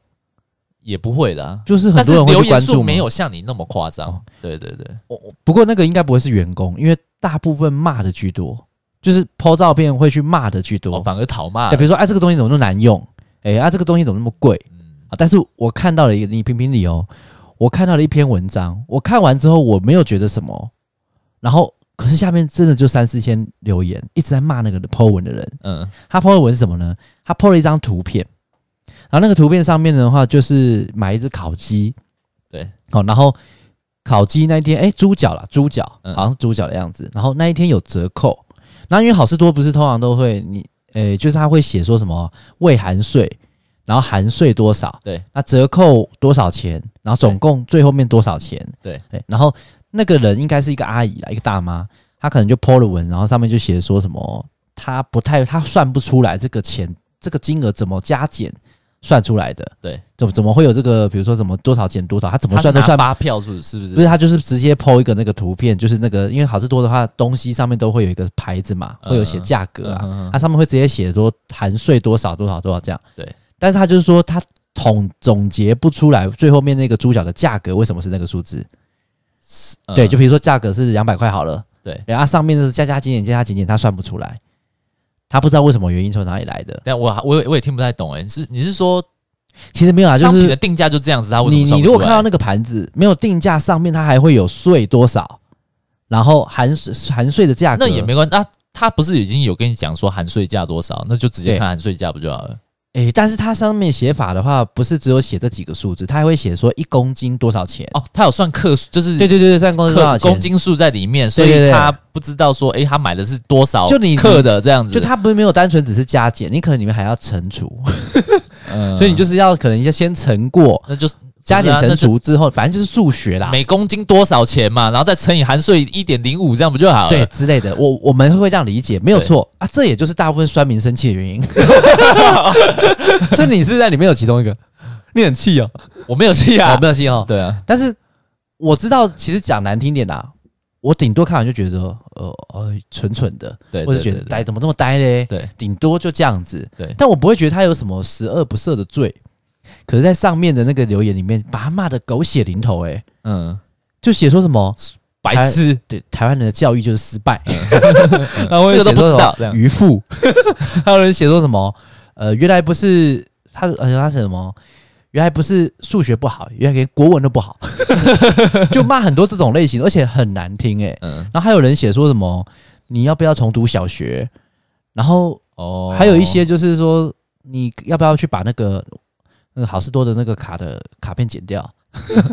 S1: 也不会的、啊。
S2: 就是很
S1: 但
S2: 多
S1: 是
S2: 人会
S1: 留
S2: 去关
S1: 言
S2: 注
S1: 数
S2: 嘛
S1: 没。有像你那么夸张，
S2: 哦
S1: 对对对，
S2: 哦不过那个应该不会是员工，因为大部分骂的居多，就是抛照片会去骂的居多。
S1: 哦，反而讨骂
S2: 哎，比如说，哎、这个东西怎么那么难用？哎、啊，这个东西怎么那么贵？
S1: 嗯
S2: 啊，但是我看到了一个，你评评理哦，我看到了一篇文章，我看完之后我没有觉得什么，然后可是下面真的就三四千留言一直在骂那个 po 文的人，
S1: 嗯，
S2: 他 po 的文是什么呢？他 po 了一张图片，然后那个图片上面的话就是买一只烤鸡，
S1: 对，
S2: 好、然后烤鸡那一天，哎，猪脚啦，猪脚，
S1: 嗯
S2: 好像是猪脚的样子，然后那一天有折扣，然后因为好事多不是通常都会你，诶，就是他会写说什么未含税，然后含税多少，
S1: 对，
S2: 那折扣多少钱，然后总
S1: 对
S2: 共最后面多少钱，
S1: 对，
S2: 哎，然后那个人应该是一个阿姨啦，一个大妈，她可能就 po 了文，然后上面就写说什么，她不太，她算不出来这个钱，这个金额怎么加减，算出来的。
S1: 对，
S2: 怎么怎么会有这个？比如说怎么多少减多少，他怎么
S1: 他
S2: 算
S1: 是
S2: 都
S1: 拿
S2: 算
S1: 发票是不是？
S2: 不是，他就是直接抛一个那个图片，就是那个，因为好事多的话，东西上面都会有一个牌子嘛，
S1: 嗯
S2: 会有写价格
S1: 嗯
S2: 啊，它、
S1: 哼哼
S2: 上面会直接写说含税多少多少多少这样。
S1: 对，
S2: 但是他就是说他统总结不出来最后面那个猪脚的价格为什么是那个数字。
S1: 嗯
S2: 对，就比如说价格是两百块好了，
S1: 对。
S2: 然后它上面就是加加减减加加减减，他算不出来，他不知道为什么原因从哪里来的。
S1: 但我我也我也听不太懂哎、你是你是说
S2: 其实没有啊，就
S1: 商品的
S2: 是
S1: 定价就这样子，啊他为什
S2: 你
S1: 么算
S2: 你
S1: 不
S2: 如果
S1: 出
S2: 看
S1: 来
S2: 到那个盘子没有定价，上面它还会有税多少，然后含税含税的价格，
S1: 啊那也没关系，那他不是已经有跟你讲说含税价多少，那就直接
S2: 对
S1: 看含税价不就好了？
S2: 诶、但是它上面写法的话，不是只有写这几个数字，它还会写说一公斤多少钱。
S1: 哦，他有算克数，就是
S2: 对对对对，算公斤多少
S1: 克
S2: 钱？
S1: 公，斤数在里面，所
S2: 对对
S1: 以
S2: 对
S1: 他不知道说，诶，他买的是多少
S2: 就你
S1: 克的这样子，
S2: 就它不是没有单纯只是加减，你可能里面还要乘除，
S1: 嗯，
S2: *laughs* 所以你就是要可能要先乘过
S1: 那就是
S2: 加减
S1: 不是啊
S2: 乘
S1: 那就
S2: 除之后，反正就是数学啦，
S1: 每公斤多少钱嘛，然后再乘以含税一点零五，这样不就好了？
S2: 对，之类的。我我们会这样理解，没有错啊。这也就是大部分酸民生气的原 *laughs* 因。所以你是在里面有其中一个，你很气哦，
S1: 我没有气
S2: 我
S1: 啊
S2: 没，有气哦。
S1: 对啊，
S2: 但是我知道，其实讲难听点啦、我顶多看完就觉得，呃呃，蠢蠢的，
S1: 对，
S2: 或者
S1: 对
S2: 觉得
S1: 对
S2: 呆怎么这么呆嘞？
S1: 对，
S2: 顶多就这样子。
S1: 对
S2: 但我不会觉得他有什么十恶不赦的罪。可是，在上面的那个留言里面，把他骂的狗血淋头、欸，
S1: 嗯，
S2: 就写说什么
S1: 白痴，
S2: 对台湾人的教育就是失
S1: *laughs*
S2: 败，然
S1: 这个都不知道这样
S2: 渔夫， *laughs* 还有人写说什么，呃，原来不是他，而且他写什么，原来不是数学不好，原来连国文都不好， *laughs* 就骂很多这种类型，而且很难听哎、
S1: 嗯，
S2: 然后还有人写说什么，你要不要重读小学？然后
S1: 哦
S2: 还有一些就是说，你要不要去把那个那个好事多的那个卡的卡片剪掉，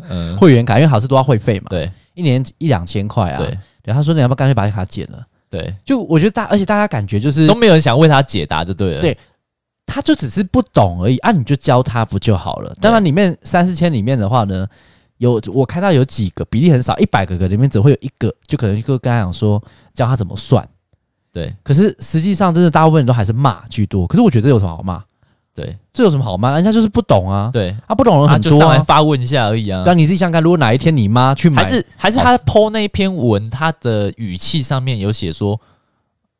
S1: 嗯，
S2: 会员卡，因为好事多要会费嘛，
S1: 对
S2: 一年一两千块啊。
S1: 对
S2: 对，他说你要不要干脆把卡剪了？
S1: 对，
S2: 就我觉得大，而且大家感觉就是
S1: 都没有人想为他解答，就对了，
S2: 对他就只是不懂而已啊，你就教他不就好了？当然，里面三四千里面的话呢，有我看到有几个比例很少，一百个里面只会有一个，就可能就跟他讲说教他怎么算。
S1: 对
S2: 可是实际上，真的大部分人都还是骂居多。可是我觉得这有什么好骂？
S1: 对
S2: 这有什么好骂？人家就是不懂啊，
S1: 对，
S2: 啊，不懂的人
S1: 他
S2: 很
S1: 就
S2: 多
S1: 上来
S2: 啊。
S1: 发问一下而已啊。
S2: 但你自己想想看，如果哪一天你妈去买，
S1: 还是还是他剖那一篇文，他的语气上面有写说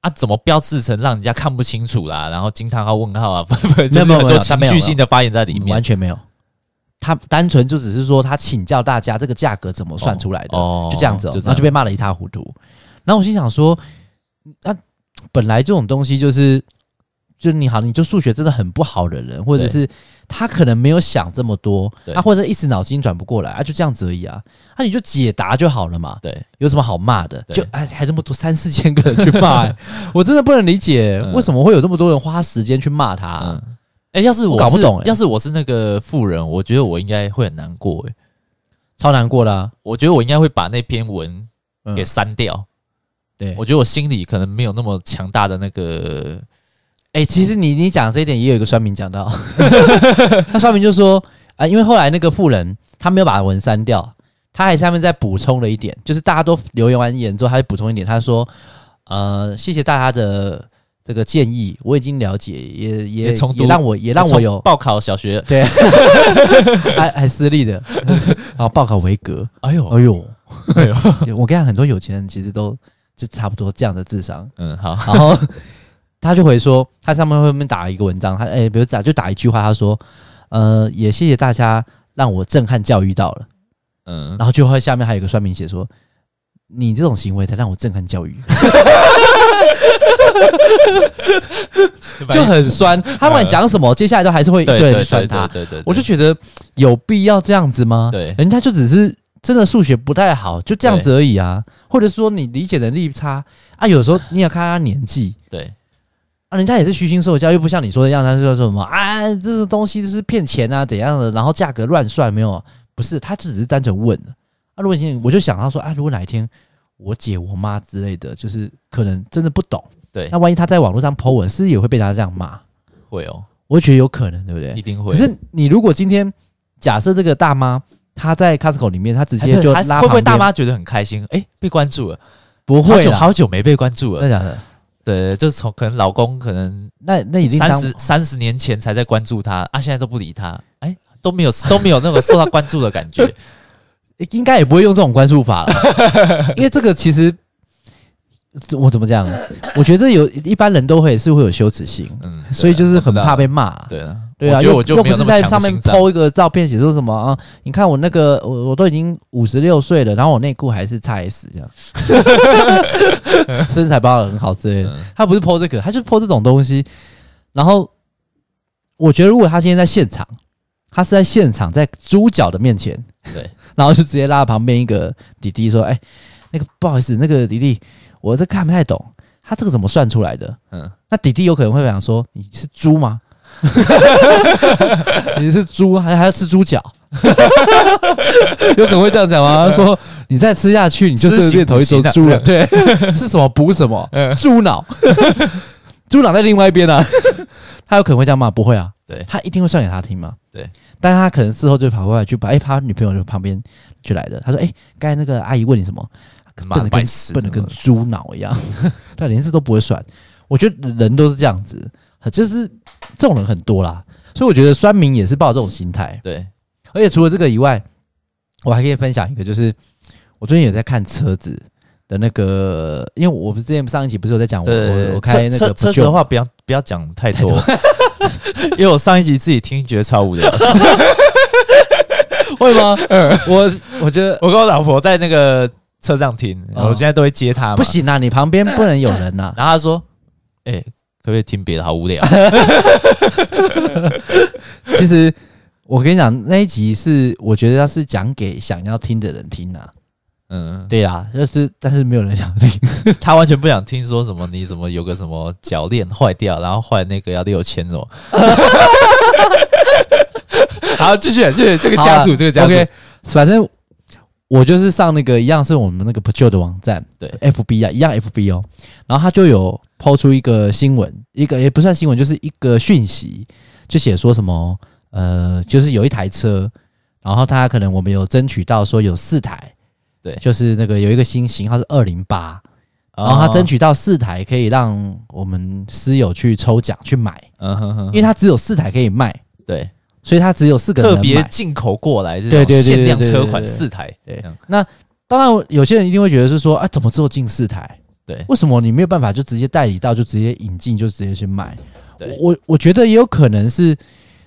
S1: 啊，怎么标示成让人家看不清楚啦，然后惊叹号、问号啊，不 *laughs* 不，
S2: 没
S1: 就是
S2: 有没有
S1: 很
S2: 没有
S1: 多
S2: 他没
S1: 情
S2: 有
S1: 绪性的发言在里
S2: 嗯
S1: 面
S2: 完。全没有，他单纯就只是说他请教大家这个价格怎么算出来的。
S1: 哦
S2: 就这样子、哦，
S1: 就
S2: 然
S1: 这
S2: 后
S1: 样
S2: 就被骂得一塌糊涂。然后我心想说，那、本来这种东西就是，就是你好，你就数学真的很不好的人，或者
S1: 对
S2: 是他可能没有想这么多，
S1: 对
S2: 啊，或者一时脑筋转不过来，啊，就这样子而已啊，啊，你就解答就好了嘛，
S1: 对，
S2: 有什么好骂的？
S1: 对
S2: 就哎，还这么多三四千个人去骂、
S1: *laughs*
S2: 哎我真的不能理解
S1: 嗯
S2: 为什么会有那么多人花时间去骂他、啊
S1: 嗯。哎、要是我
S2: 我搞不
S1: 是
S2: 懂哎
S1: 要是我是那个富人，我觉得我应该会很难过、哎，
S2: 超难过的啊、
S1: 我觉得我应该会把那篇文
S2: 嗯
S1: 给删掉。
S2: 对，
S1: 我觉得我心里可能没有那么强大的那个，
S2: 哎、其实你你讲这一点也有一个酸民讲到， *laughs* 那酸民就说啊、因为后来那个富人他没有把文删掉，他还下面再补充了一点，就是大家都留言完言之后，他会补充一点，他说呃，谢谢大家的这个建议，我已经了解，也也
S1: 也重读
S2: 也让我也让我有
S1: 从报考小学，
S2: 对， *laughs* 还还私立的， *laughs* 然后报考维格，
S1: 哎呦，
S2: 哎呦， *laughs*
S1: 哎呦，
S2: 我跟你讲，很多有钱人其实都就差不多这样的智商。
S1: 嗯，好，
S2: 然后他就回说，他上面会面打一个文章，他哎、比如打就打一句话，他说，呃，也谢谢大家让我震撼教育到了。
S1: 嗯， *laughs*
S2: 然后就会下面还有一个算命写说，你这种行为才让我震撼
S1: *laughs*
S2: 教育，就很酸。他不管讲什么，接下来都还是会一堆
S1: 对
S2: 人
S1: 对
S2: 酸
S1: 对
S2: 他
S1: 对。对对，
S2: 我就觉得有必要这样子吗？
S1: 对
S2: 人家就只是真的数学不太好，就这样子而已啊。或者说你理解能力差啊，有时候你也看他年纪。
S1: 对
S2: 啊，人家也是虚心受教，又不像你说的一样，他就说什么啊，这个东西就是骗钱啊，怎样的，然后价格乱算，没有，啊不是，他就只是单纯问。啊，如果你我就想到说，啊，如果哪一天我姐、我妈之类的，就是可能真的不懂，
S1: 对
S2: 那，万一她在网络上 po 文，是不是也会被大家这样骂？
S1: 会哦，
S2: 我会觉得有可能，对不
S1: 一
S2: 对？
S1: 定会。
S2: 可是你如果今天假设这个大妈她在 Costco 里面，她直
S1: 还
S2: 接
S1: 是
S2: 就
S1: 还是
S2: 拉
S1: 哎会不会
S2: 旁边
S1: 大？妈觉得很开心？哎，被关注了，
S2: 不
S1: 好
S2: 会
S1: 久
S2: 啦，
S1: 好久没被关注
S2: 真的
S1: 了。
S2: 假的？
S1: 对，就是从可能老公可能
S2: 那那已经
S1: 三
S2: 当
S1: 十三十年前才在关注他啊，现在都不理他，哎、都
S2: *laughs*
S1: 没有都没有那个受他关注的感觉。
S2: 应该也不会用这种关注
S1: *laughs*
S2: 法了，因为这个其实我怎么讲？我觉得有一般人都会是会有羞耻心， *laughs*
S1: 嗯，对啊
S2: 所以就是很怕被骂啊。
S1: 我知道对啊，我
S2: 对啊，
S1: 觉得
S2: 又
S1: 我就
S2: 又
S1: 没
S2: 不
S1: 有
S2: 是
S1: 那么
S2: 在
S1: 强
S2: 上
S1: 心
S2: 面
S1: 脏
S2: 抛一个照片，写说什么啊？你看我那个，我我都已经五十六岁了，然后我内裤还是 XS 这样， *laughs* 身材保养得很好之类的。
S1: 嗯
S2: 他不是抛这个，他就抛这种东西。然后我觉得，如果他今天在现场，他是在现场在猪脚的面前，
S1: 对，
S2: *laughs* 然后就直接拉旁边一个弟弟说：“哎、那个不好意思，那个弟弟，我这看不太懂，他这个怎么算出来的？”
S1: 嗯，
S2: 那弟弟有可能会想说：“你是猪吗？ *laughs* 你是猪，还还要吃猪脚？”有可能会这样讲吗？他说你再吃下去，你就
S1: 吃
S2: 是
S1: 行
S2: 变头一头
S1: 补习的
S2: 猪了。对， *laughs* 是什么补什么，
S1: 嗯
S2: 猪脑，猪脑在另外一边啊。他有可能会这样骂，不会啊？
S1: 对
S2: 他一定会算给他听嘛。
S1: 对，
S2: 但他可能事后就跑过来去把，哎、他女朋友就旁边就来了。他说：“哎、刚才那个阿姨问你什么？
S1: 妈的
S2: 笨得
S1: 白
S2: 跟
S1: 痴，
S2: 笨得跟猪脑一样， *laughs* 他连字都不会算。我觉得人都是这样子，就是这种人很多啦，所以我觉得酸民也是抱这种心态。
S1: 对，
S2: 而且除了这个以外，我还可以分享一个，就是我最近有在看车子的那个，因为我不是之前上一集不是有在讲我
S1: 对，
S2: 我我开那
S1: 车车车
S2: 个不
S1: 子的
S2: 旧，
S1: 话，不要不要讲太多， *laughs* 因为我上一集自己听觉得超无聊。
S2: 会
S1: *laughs*
S2: 吗？我我觉得
S1: 我跟我老婆在那个车上听，
S2: 哦
S1: 我现在都会接她嘛
S2: 不，行啊，你旁边不能有人呐、啊
S1: 然后她说：“哎、可不可以听别的？好无聊。
S2: 其实我跟你讲，那一集是我觉得他是讲给想要听的人听啊。”
S1: 嗯， *laughs*
S2: 对啊，就是但是没有人想听。
S1: 她完全不想听说什么你什么有个什么脚链坏掉，然后换那个要六千什么。 *laughs* 好，继续继续这个加速，这个加速。
S2: 啊 OK，反正我就是上那个一样是我们那个不旧的网站，
S1: 对
S2: ，FB 啊，一样 FB 哦。然后他就有抛出一个新闻，一个也不算新闻，就是一个讯息，就写说什么呃，就是有一台车，然后他可能我们有争取到说有四台，
S1: 对哦
S2: 就是那个有一个新型号是二零八，
S1: 啊
S2: 然哦后他争
S1: 取，
S2: 取到四台可以让我们私有去抽奖去买，
S1: 嗯哼哼
S2: 因为他只有四台可以卖。
S1: 对，
S2: 所以他只有四个人
S1: 特
S2: 能
S1: 别
S2: 买
S1: 进口过来这种
S2: 对对对
S1: 限量
S2: 对对
S1: 车
S2: 对
S1: 款
S2: 对
S1: 四台，
S2: 对
S1: 这样
S2: 当然，有些人一定会觉得是说，啊，怎么只有进四台？
S1: 对
S2: 为什么你没有办法就直接代理到，就直接引进，就直接去卖？
S1: 对
S2: 我我觉得也有可能是，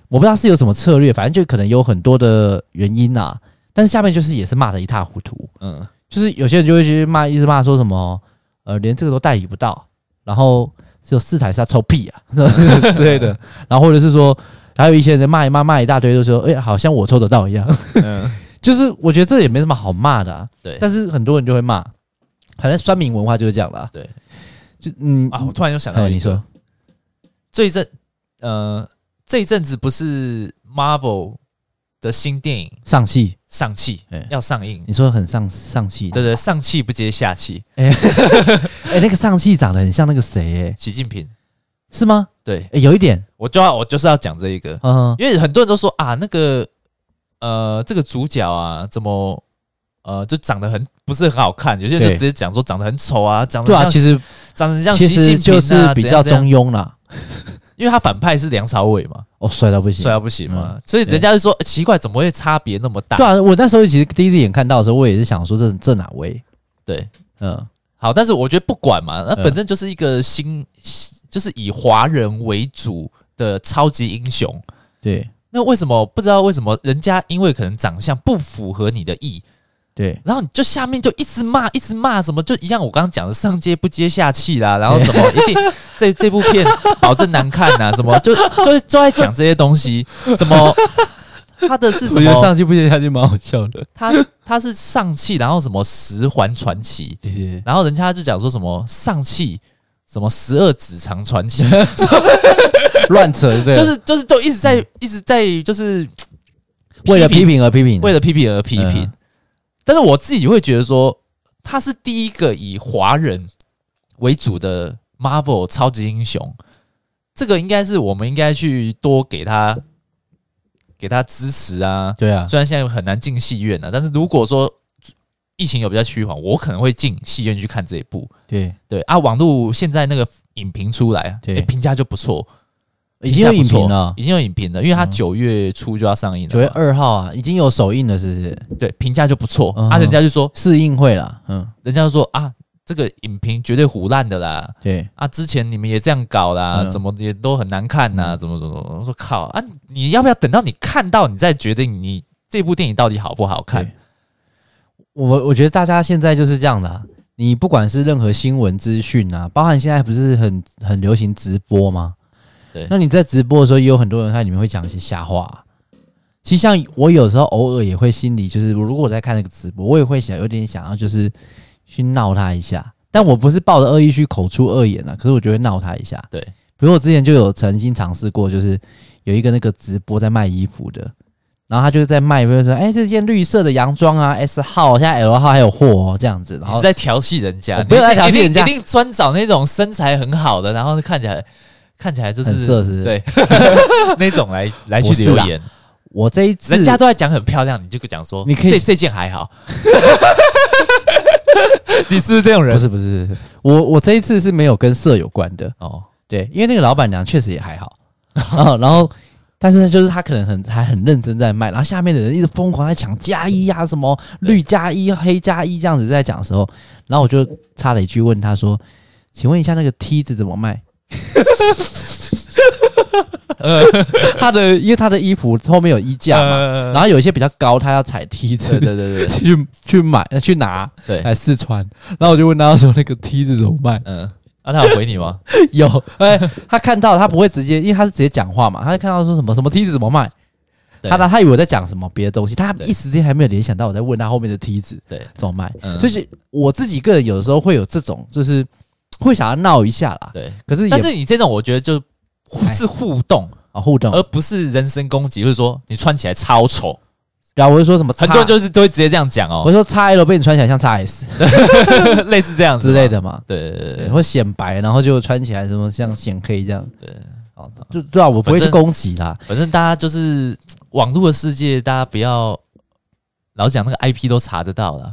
S2: 我不知道是有什么策略，反正就可能有很多的原因啊。但是下面就是也是骂的一塌糊涂，
S1: 嗯，
S2: 就是有些人就会去骂，一直骂说什么，呃，连这个都代理不到，然后只有四台是要臭屁啊 *laughs* 之类的，然后或者是说，还有一些人骂一骂骂一大堆，就说，哎、好像我抽得到一样。
S1: 嗯
S2: 就是我觉得这也没什么好骂的、啊，
S1: 对
S2: 但是很多人就会骂，反正酸民文化就是这样啦。
S1: 对，
S2: 就嗯，
S1: 啊，我突然又想
S2: 哎
S1: 到，
S2: 你说，
S1: 这一阵，呃，这一阵子不是 Marvel 的新电影
S2: 上气，
S1: 《上气
S2: 哎》
S1: 要上映，
S2: 你说很上上气，
S1: 对对，上气不接下气，
S2: 哎、那个上气长得很像那个谁、哎，
S1: 习近平，
S2: 是吗？
S1: 对
S2: 哎、有一点，
S1: 我就要我就是要讲这一个，
S2: 嗯，
S1: 因为很多人都说啊，那个呃，这个主角啊，怎么？呃，就长得很不是很好看，有些人就
S2: 对
S1: 直接讲说长得很丑啊，长得
S2: 对
S1: 很
S2: 啊，
S1: 像
S2: 其实
S1: 长得很像
S2: 其
S1: 习近
S2: 实
S1: 平
S2: 就
S1: 啊，
S2: 是比
S1: 怎
S2: 较
S1: 样怎样
S2: 中庸啦，
S1: 因为他反派是梁朝伟嘛，
S2: 哦，帅到不行
S1: 帅，到不行嘛，所以人家就说欸奇怪，怎么会差别那么大？
S2: 嗯对啊，我那时候其实第一眼看到的时候，我也是想说这这哪位？
S1: 对
S2: 嗯，
S1: 好，但是我觉得不管嘛，那
S2: 嗯
S1: 反正就是一个新，就是以华人为主的超级英雄。
S2: 对
S1: 那为什么不知道为什么人家因为可能长相不符合你的意，
S2: 对，
S1: 然后你就下面就一直骂，一直骂什么，就一样我刚刚讲的上街不接下气啦，然后什
S2: *laughs*
S1: 么一定这这部片保证难看呐、什么就 *laughs* 就就在讲这些东西，什么他的是
S2: 我
S1: 什
S2: 觉得
S1: 么
S2: 上气不接下气蛮好笑的，
S1: 他他是上气，然后什么十环传奇，
S2: 对对
S1: 然后人家就讲说什么上气，什么十二指肠传奇，
S2: 对，乱扯 *laughs* 对，啊
S1: 就是就是都一直在一直在就是
S2: 为了批评而批评，
S1: 为了批评而批评。
S2: 嗯
S1: 但是我自己会觉得说，他是第一个以华人为主的 Marvel 超级英雄，这个应该是我们应该去多给他给他支持啊。
S2: 对啊，
S1: 啊虽然现在很难进戏院了、但是如果说疫情有比较趋缓，我可能会进戏院去看这一部。
S2: 对，
S1: 对啊，网络现在那个影评出来，啊
S2: 对
S1: 诶评价就不错，
S2: 已经有影评
S1: 评价不错
S2: 了，
S1: 已经有影评了，因为它
S2: 嗯
S1: 九月初就要上映了
S2: 九月
S1: 嘛，
S2: 二号啊，已经有首映了，是不是？
S1: 对，评价就不错。
S2: 嗯
S1: 啊，人家就说，
S2: 试映会啦，嗯，
S1: 人家就说啊，这个影评绝对胡烂的啦。
S2: 对，
S1: 啊！之前你们也这样搞啦，
S2: 嗯
S1: 怎么也都很难看呐、怎么怎么怎么？我说靠啊！你要不要等到你看到，你再决定你这部电影到底好不好看
S2: 对？我我觉得大家现在就是这样的、啊，你不管是任何新闻资讯啊，包含现在不是很很流行直播吗？
S1: 对
S2: 那你在直播的时候，也有很多人他里面会讲一些瞎话啊、其实像我有时候偶尔也会心里就是，如果我在看那个直播，我也会想有点想要就是去闹他一下，但我不是抱着恶意去口出恶言啊，可是我就会闹他一下。
S1: 对
S2: 比如我之前就有曾经尝试过，就是有一个那个直播在卖衣服的，然后他就是在卖，比如说，哎、这件绿色的洋装啊，S 号，现在 L 号还有货哦，这样子，然
S1: 你是
S2: 后
S1: 在调戏人家，
S2: 我没有
S1: 你一定
S2: 在调戏人家
S1: 一定一定专找那种身材很好的，然后看起来看起来就是
S2: 很色是不是
S1: 对 *laughs* 那种来来去
S2: 不是
S1: 留
S2: 啊
S1: 言，
S2: 我这一次
S1: 人家都在讲很漂亮，你就讲说
S2: 你可以
S1: 这这件还
S2: *laughs*
S1: 好，你是不是这种人？
S2: 不是不是，不是我我这一次是没有跟色有关的， *laughs*
S1: 哦，
S2: 对，因为那个老板娘确实也还好， *laughs* 然后然后但是就是他可能很还很认真在卖，然后下面的人一直疯狂在抢加一呀、什么绿加一、黑加一这样子在讲的时候，然后我就插了一句问他说：“请问一下那个梯子怎么卖？” *laughs* 他的因为他的衣服后面有衣架嘛，
S1: 呃
S2: 然后有一些比较高，他要踩梯子
S1: 对对对对
S2: *laughs* 去去买呃去拿
S1: 对对，
S2: 来试穿，然后我就问他说那个梯子怎么卖？
S1: 嗯，那他有回你
S2: *laughs*
S1: 吗？
S2: 有，哎、他看到他不会直接，因为他是直接讲话嘛，他就看到说什么什么梯子怎么卖，
S1: 对
S2: 他他以为我在讲什么别的东西，他
S1: 对
S2: 一时之间还没有联想到我在问他后面的梯子
S1: 对
S2: 怎么卖，
S1: 嗯
S2: 就是我自己个人有的时候会有这种，就是会想要闹一下啦，
S1: 对，
S2: 可是也
S1: 但是你这种我觉得就互
S2: 哎
S1: 是互动，
S2: 啊互动，
S1: 而不是人身攻击，就是说你穿起来超丑，
S2: 然后我就说什么
S1: 很
S2: 叉
S1: 多人就是都会直接这样讲哦
S2: 我，说叉 L 被你穿起来像叉 S
S1: *laughs* 类似这样子
S2: 之类
S1: 嘛。
S2: 的嘛，
S1: 对对对
S2: 对，
S1: 对，
S2: 会显白，然后就穿起来什么像显黑这样，
S1: 对，
S2: 哦，就对啊，我不会去
S1: 反正
S2: 攻击啦，
S1: 反正大家就是网络的世界，大家不要老讲那个 IP 都查得到了。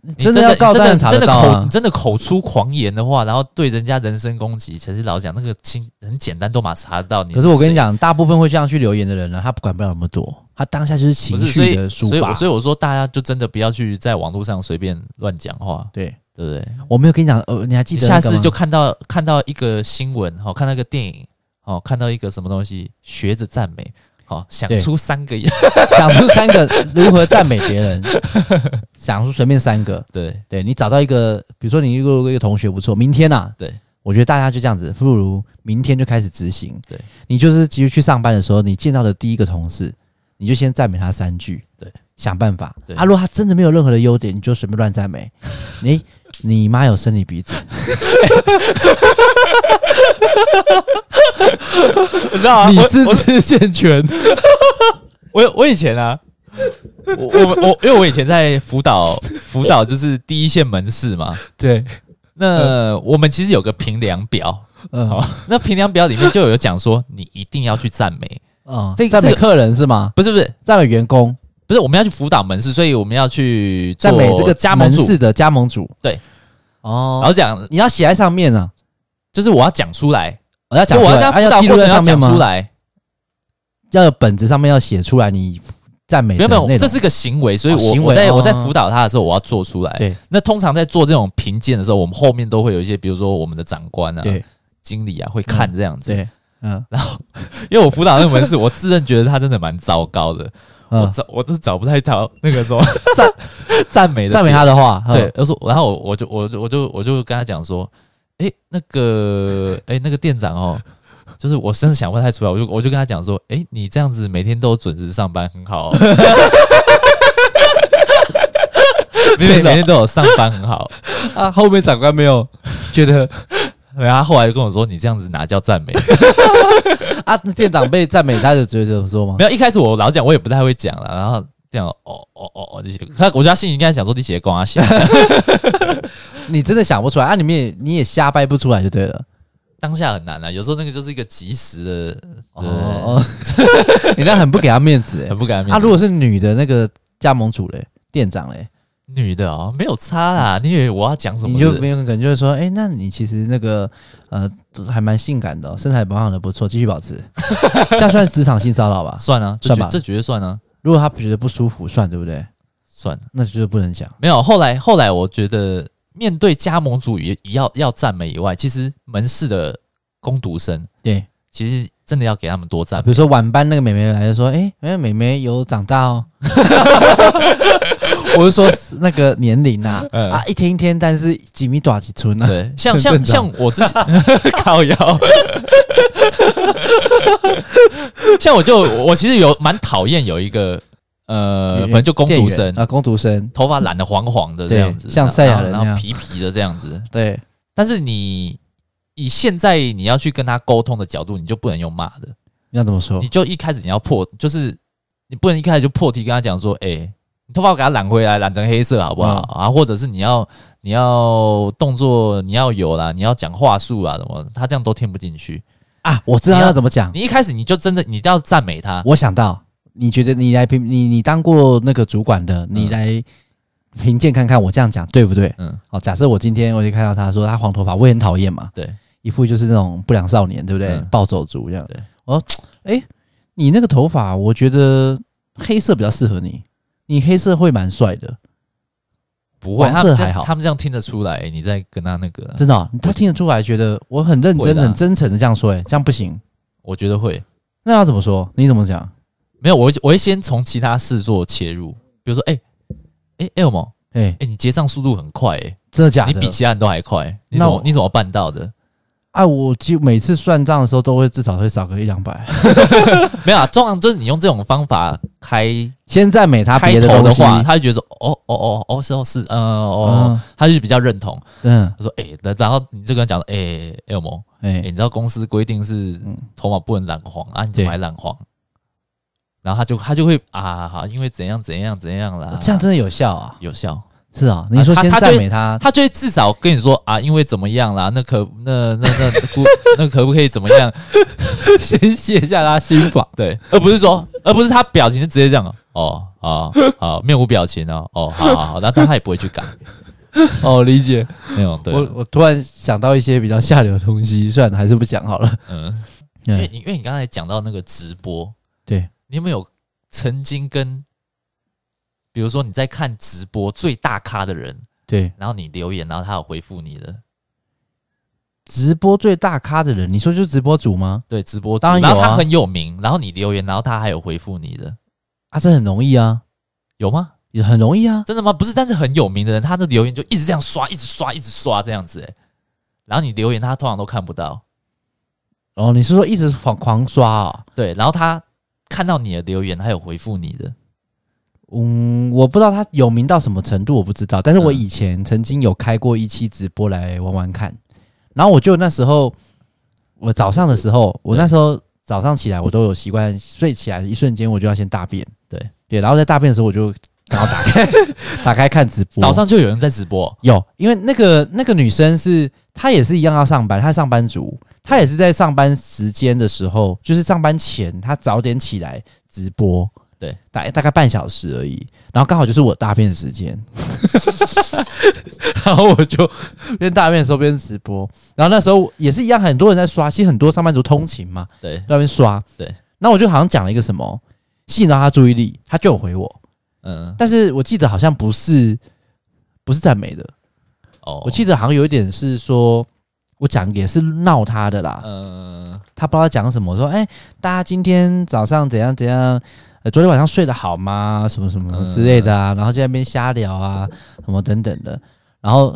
S1: 你
S2: 真的要告
S1: 真
S2: 当
S1: 的
S2: 然查
S1: 真
S2: 得
S1: 的
S2: 到
S1: 口
S2: 啊
S1: 你，真的口出狂言的话，然后对人家人身攻击，其实老讲那个轻很简单，都马查得到你。
S2: 可是我跟你，讲，大部分会这样去留言的人呢，他不管不了那么多，他当下就是情
S1: 不是所
S2: 绪
S1: 以
S2: 的抒
S1: 所以
S2: 发
S1: 我。所以我说大家就真的不要去在网络上随便乱讲话，
S2: 对，
S1: 对不对？
S2: 我没有跟你讲，呃，你还记
S1: 你
S2: 得
S1: 下
S2: 那个吗
S1: 次就看到看到一个新闻，好、看到一个电影，好、看到一个什么东西，学着赞美，好、想
S2: 对
S1: 出三个
S2: 想出三个如何赞美别人， *laughs* 想出随便三个。
S1: 对
S2: 对你找到一个，比如说你如果有一个同学不错，明天呐、啊
S1: 对，
S2: 我觉得大家就这样子，不如明天就开始执行。
S1: 对，
S2: 你就是其实去上班的时候，你见到的第一个同事，你就先赞美他三句，
S1: 对，
S2: 想办法。
S1: 对
S2: 啊，如果他真的没有任何的优点，你就随便乱
S1: *laughs*
S2: 赞美。你你妈有生理鼻子，
S1: 我知道啊，
S2: 你
S1: 我
S2: 是
S1: 我
S2: 知
S1: *laughs*
S2: 健全，
S1: 我我以前啊，我我我，因为我以前在辅导辅导 *laughs* 就是第一线门市嘛，
S2: 对，
S1: 那我们其实有个评量表，
S2: 嗯
S1: 好，那评量表里面就有讲说你一定要去赞美，
S2: 嗯，
S1: 这
S2: 赞美
S1: 这个
S2: 客人是吗？
S1: 不是不是
S2: 赞美员工，
S1: 不是，我们要去辅导门市，所以我们要去做
S2: 赞美这个
S1: 加盟
S2: 门
S1: 主，
S2: 市的加盟主，
S1: 对，然
S2: 哦，
S1: 后讲
S2: 你要写在上面啊，
S1: 就是我要讲出来，
S2: 我要讲
S1: 就
S2: 出
S1: 我
S2: 来，
S1: 要在
S2: 啊
S1: 辅
S2: 要
S1: 导
S2: 记录
S1: 过
S2: 在
S1: 程要
S2: 上面
S1: 讲
S2: 吗
S1: 出？来，
S2: 要有本子上面要写出来你赞美
S1: 没
S2: 的
S1: 有
S2: 哎内容，
S1: 没有，这是个行为，所以
S2: 哦
S1: 我
S2: 行为
S1: 我在
S2: 哦
S1: 我在辅导他的时候，我要做出来。
S2: 对
S1: 那通常在做这种评鉴的时候，我们后面都会有一些，比如说我们的长官啊、
S2: 对
S1: 经理啊会看这样子，
S2: 对，嗯，
S1: 因为我辅导那个门市，我自认觉得他真的蛮糟糕的，我
S2: 嗯
S1: 找我都找不太到那个什么赞赞美的
S2: 赞美他的话，嗯
S1: 点。对，，我说，然后我我就我就我就我就跟他讲说，诶，那个诶，那个店长哦，就是我真的想不太出来，我就我就跟他讲说，诶，你这样子每天都准时上班，很好、哦。 *laughs* 你每每天都有上班很好，
S2: 啊，后面长官没 *laughs* 有觉得
S1: 然后他后来就跟我说：“你这样子哪叫 *laughs* 赞美？
S2: 啊，店长被赞美，他就觉得怎么说吗
S1: *laughs* 没？有，一开始我老讲，我也不太会讲了，然后这样，哦哦哦哦，你写，他我觉得他心里应该想说你写光啊写，
S2: 你真的想不出来啊，你们也你也瞎掰不出来就对了。
S1: *laughs* 当下很难啊，有时候那个就是一个及时的，哦，
S2: 哦， *laughs* 你那很不给他面子哎
S1: 很。不敢面
S2: 啊，
S1: 子。
S2: 如果是女的那个加盟主嘞，店长嘞，
S1: 女的哦，没有差啦。你以为我要讲什么？
S2: 嗯你就是
S1: 不
S2: 没
S1: 是
S2: 有可能就会说，哎、那你其实那个呃还蛮性感的哦、身材保养的不错，继续
S1: *laughs*
S2: 保持，这样算职场性骚扰吧？
S1: 算啊，这
S2: 算
S1: 绝
S2: 吧
S1: 这绝对算啊，
S2: 如果他觉得不舒服，算对不对？
S1: 算。啊
S2: 那就是不能讲。
S1: 没有，后来后来，我觉得面对加盟主也也要要赞美以外，其实门市的攻读生
S2: 对，
S1: 其实真的要给他们多赞
S2: 比如说晚班那个妹妹来就说，哎、那妹妹有长大哦。 *laughs* 我是说那个年龄呐、啊，
S1: 嗯
S2: 一天一天，但是几米短几寸
S1: 美。
S2: 啊？ *laughs*
S1: 对，像
S2: 很
S1: 像
S2: 正常
S1: 像我之前
S2: *laughs*
S1: 靠腰， *laughs* 像我就我其实有蛮讨厌有一个呃，反正就攻读生
S2: 店员，啊，工读生，
S1: 头发染的黄黄的这样子，
S2: 对像赛亚人
S1: 然后
S2: 那
S1: 然
S2: 样
S1: 后皮皮的这样子。
S2: 对，
S1: 但是你以现在你要去跟他沟通的角度，你就不能用骂的，
S2: 你要怎么说
S1: 你？就一开始你要破，就是你不能一开始就破题跟他讲说，哎、你头发给他染回来，染成黑色好不好、啊？或者是你要你要动作你要有啦，你要讲话术啊什么的，他这样都听不进去。
S2: 啊，我知道
S1: 你要
S2: 要怎么讲。
S1: 你一开始你就真的你要赞美他，
S2: 我想到，你觉得你来评你你当过那个主管的，你来评鉴看看我这样讲对不对？
S1: 嗯，
S2: 好，假设我今天我就看到他说他黄头发，我也很讨厌嘛，
S1: 对，
S2: 一副就是那种不良少年，对不对？
S1: 嗯
S2: 暴走族这样。
S1: 对，
S2: 我说，哎、你那个头发，我觉得黑色比较适合你，你黑色会蛮帅的，
S1: 不会，
S2: 黄
S1: 他
S2: 色
S1: 们这
S2: 还好
S1: 他们这样听得出来，你在跟他那个啊，
S2: 真的哦、他听得出来，觉得我很认
S1: 会
S2: 真、
S1: 啦
S2: 很真诚的这样说、诶这样不行。
S1: 我觉得会。
S2: 那要怎么说？你怎么讲？
S1: 没有，我会我会先从其他事做切入，比如说，哎、哎、欸，L 某，
S2: 哎、
S1: 哎、你结账速度很快、欸，
S2: 真的假
S1: 你
S2: 的？
S1: 比其他人都还快，你怎
S2: 那
S1: 么
S2: 我
S1: 你怎么办到的？
S2: 啊，我就每次算账的时候都会至少会少个一两百。
S1: 没有啊，通常就是你用这种方法开
S2: 先赞美他
S1: 开
S2: 别的
S1: 头
S2: 东
S1: 的
S2: 西，
S1: 话，他就觉得说，哦哦哦哦，是哦是，呃哦，他就比较认同。
S2: 嗯，
S1: 他说，哎、那然后你就跟他讲，哎、欸、，L 某，
S2: 哎、
S1: 哎、你知道公司规定是
S2: 嗯
S1: 头发不能染黄啊，你怎么
S2: 对
S1: 还染黄？然后他就他就会啊，好，因为怎样怎样怎样啦，
S2: 哎这样真的有效啊？
S1: 有效。
S2: 是啊，你说
S1: 他
S2: 先
S1: 他
S2: 赞
S1: 就 *laughs*
S2: 美他，
S1: 他就会至少跟你说啊，因为怎么样啦，那可那那那不那可不可以怎么样？
S2: 先卸下他心防。
S1: 对，而不是说，而不是他表情就直接这样哦，好好面无表情哦，哦，好好好，那但他也不会去改
S2: *laughs* 哦，理解。
S1: 那种对，啊
S2: 我我突然想到一些比较下流的东西，算了，还是不讲好了。哎
S1: 嗯，因为
S2: 对
S1: 你因为你刚才讲到那个直播，
S2: 对，
S1: 你有没有曾经跟，比如说你在看直播最大咖的人，
S2: 对，
S1: 然后你留言，然后他有回复你的，
S2: 直播最大咖的人，你说就是直播主吗？
S1: 对直播主，
S2: 当然有
S1: 然
S2: 啊
S1: 后他很有名，然后你留言，然后他还有回复你的，
S2: 啊，这很容易啊，
S1: 有吗？
S2: 也很容易啊。
S1: 真的吗？不是，但是很有名的人，他的留言就一直这样刷，一直刷，一直刷这样子、欸。然后你留言，他通常都看不到。
S2: 哦，你是说一直狂狂刷啊、
S1: 对，然后他看到你的留言，他有回复你的。
S2: 嗯，我不知道他有名到什么程度，我不知道。但是我
S1: 嗯
S2: 以前曾经有开过一期直播来玩玩看，然后我就那时候，我早上的时候，我那时候早上起来，我都有习惯睡起来一瞬间我就要先大便，
S1: 对
S2: 对，然后在大便的时候我就然后打开 *laughs* 打开看直播，
S1: 早上就有人在直播，
S2: 有，因为那个那个女生是她也是一样要上班，她是上班族，她也是在上班时间的时候，就是上班前，她早点起来直播，
S1: 对，
S2: 大大概半小时而已，然后刚好就是我大便时间， *laughs* 然后我就边大便的时候边直播，然后那时候也是一样，很多人在刷，其实很多上班族通勤嘛，
S1: 对
S2: 在那边刷，
S1: 对，
S2: 那我就好像讲了一个什么，吸引到她注意力，她就有回我，
S1: 嗯，
S2: 但是我记得好像不是不是赞美的。
S1: 哦，
S2: 我记得好像有一点是说，我讲也是闹他的啦，
S1: 嗯，
S2: 他不知道讲什么，说哎、大家今天早上怎样怎样，呃，昨天晚上睡得好吗？什么什么
S1: 嗯
S2: 之类的啊，然后就在那边瞎聊啊，什么等等的，然后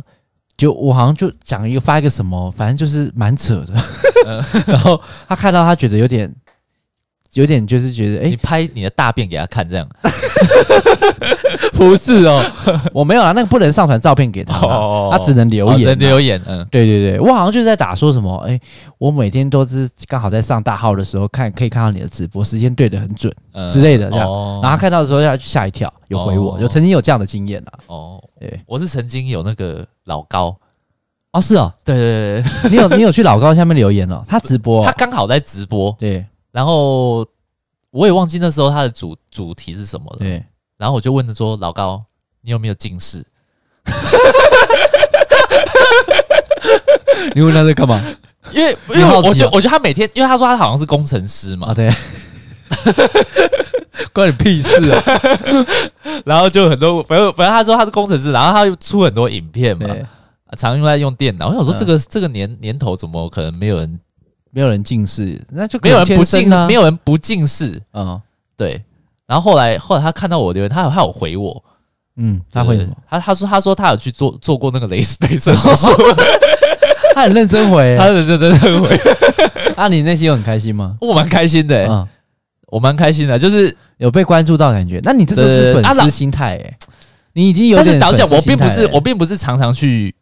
S2: 就我好像就讲一个发一个什么，反正就是蛮扯的，
S1: 嗯
S2: *laughs* 然后他看到他觉得有点。有点就是觉得，哎、
S1: 你拍你的大便给他看，这样。
S2: 不是哦， *laughs* 我没有啊，那个不能上传照片给他啦，
S1: 哦
S2: 他只能留
S1: 哦
S2: 言啊、
S1: 只能留言，嗯，
S2: 对对对，我好像就是在打说什么，哎、我每天都是刚好在上大号的时候看，可以看到你的直播，时间对的很准，
S1: 嗯
S2: 之类的这样
S1: 哦
S2: 然后他看到的时候要吓一跳，有回我，
S1: 哦
S2: 有曾经有这样的经验啊。
S1: 哦，
S2: 对，
S1: 我是曾经有那个老高，
S2: 哦是哦，
S1: 对对对对
S2: *laughs* 你有你有去老高下面留言哦，他直播、
S1: *laughs* 对，他
S2: 哦，
S1: 刚好在直播，
S2: 对
S1: 然后我也忘记那时候他的主主题是什么了。
S2: 对，
S1: 然后我就问他说：“老高，你有没有近视？
S2: *laughs* 你问他在干 *laughs* 嘛
S1: 因为因
S2: 你
S1: 为
S2: 好
S1: 我
S2: 奇
S1: 觉
S2: 哦
S1: 我觉得他每天，因为他说他好像是工程师嘛，
S2: 啊？对， *laughs* 关你屁事啊！
S1: 然后就很多，反正反正他说他是工程师，然后他又出很多影片嘛，
S2: *laughs* 对，
S1: 啊常用在用电脑。我想说
S2: 嗯
S1: 这个、这个年年头怎么可能没有人
S2: 没有人近视，那就
S1: 没有人不近
S2: 近啊，
S1: 没有人不近视？
S2: 嗯
S1: 对。然后后来后来他看到我留言，他有他有回我，
S2: 嗯，他会
S1: 就
S2: 什
S1: 是
S2: 么？
S1: 他他说他说他有去做做过那个雷
S2: *laughs*
S1: 雷射手术，
S2: 哦他很认真 *laughs* 回
S1: 他认真真的回，
S2: 啊，你内心有很开心吗？
S1: 我蛮开心的、欸
S2: 嗯，
S1: 我蛮开心的，就是
S2: 有被关注到的感觉，那你这就是
S1: 对对对
S2: 粉
S1: 啊老
S2: 丝心态哎，你已经有
S1: 但
S2: 点
S1: 是导
S2: 粉
S1: 讲
S2: 丝
S1: 我并
S2: 心态欸
S1: 不是
S2: 了
S1: 我并不是常常去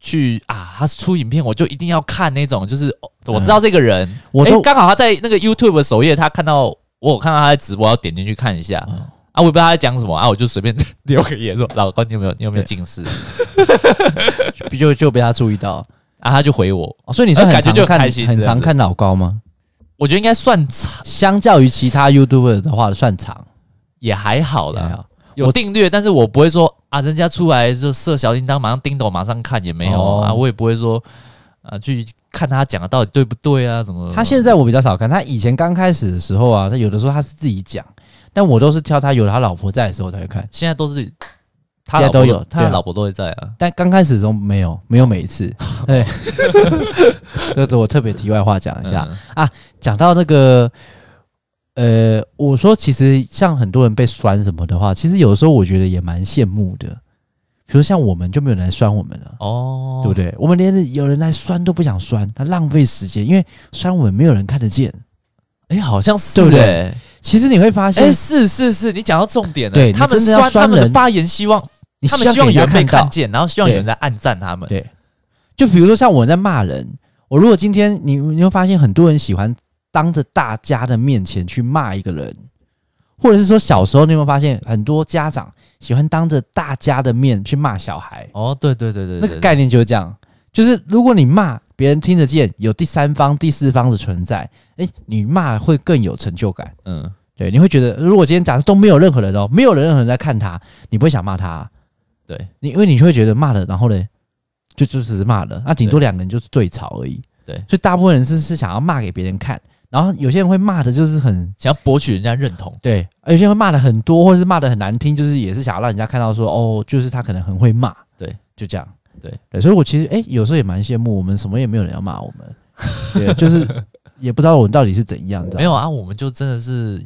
S1: 去啊，他出影片我就一定要看那种，就是哦我
S2: 嗯
S1: 知道这个人，
S2: 我
S1: 诶
S2: 都
S1: 刚、好他在那个 YouTube 的首页，他看到我有看到他在直播，要点进去看一下。
S2: 嗯
S1: 啊，我也不知道他在讲什么啊，我就随便 *laughs* 留个言说：“老关，你有没有你有没有近视
S2: 就就被他注意到，？”
S1: 啊，他就回我，
S2: 哦所以你是很
S1: 哎感觉
S2: 常
S1: 就很
S2: 看
S1: 开心
S2: 很
S1: 这样
S2: 常
S1: 子
S2: 看老高吗？
S1: 我觉得应该算长，
S2: 相较于其他 YouTuber 的话，算长啊
S1: 也还好
S2: 还
S1: 啦，
S2: 好
S1: 有订阅，但是我不会说啊，人家出来就设小叮当，马上叮咚，马上看也没有、
S2: 哦
S1: 啊，我也不会说啊，去看他讲的到底对不对啊，什么。
S2: 他现在我比较少看，他以前刚开始的时候啊，他有的时候他是自己讲，但我都是挑他有他老婆在的时候才会看，
S1: 现在都是他
S2: 现在
S1: 老婆
S2: 都有
S1: 他的
S2: 对啊
S1: 老婆都会在啊。
S2: 但刚开始的时候没有，没有每
S1: *laughs*
S2: 一次。对， *laughs* 这个我特别题外话讲一下，
S1: 嗯
S2: 讲到那个，呃，我说其实像很多人被酸什么的话，其实有时候我觉得也蛮羡慕的，比如像我们就没有人来酸我们了。
S1: 哦，
S2: 对不对？我们连有人来酸都不想酸，他浪费时间，因为酸我们没有人看得见。
S1: 哎、好像是、欸，
S2: 对不对其实你会发
S1: 哎、
S2: 现，
S1: 是是是，你讲到重点了。
S2: 对
S1: 他们
S2: 你真的要
S1: 酸他
S2: 酸
S1: 们的
S2: 人
S1: 发言，希望
S2: 你
S1: 他们希望
S2: 给
S1: 有人
S2: 人家
S1: 被
S2: 到
S1: 看，见，然后希望有人在暗赞他们。
S2: 对就比如说像我在骂人，我如果今天你你会发现很多人喜欢当着大家的面前去骂一个人，或者是说小时候你有没有发现很多家长喜欢当着大家的面去骂小孩？
S1: 哦，对对对对
S2: 那
S1: 对
S2: 个概念就是这样，就是如果你骂别人听得见，有第三方、第四方的存在，诶，你骂会更有成就感。
S1: 嗯，
S2: 对，你会觉得，如果今天假设都没有任何人哦，没有任何人在看他，你不会想骂他、啊
S1: 对
S2: 你因为你就会觉得骂了，然后呢，就就只是骂了，那、顶多两个人就是对吵而已。
S1: 对
S2: 所以大部分人是是想要骂给别人看，然后有些人会骂的就是很
S1: 想要博取人家认同。
S2: 对，而有些人会骂的很多，或者是骂的很难听，就是也是想要让人家看到说，哦，就是他可能很会骂，
S1: 对，
S2: 就这样，
S1: 对
S2: 对，所以我其实哎、有时候也蛮羡慕我们什么也没有人要骂我们，对，
S1: *laughs*
S2: 就是也不知道我们到底是怎样，你知道吗
S1: 没有啊，我们就真的是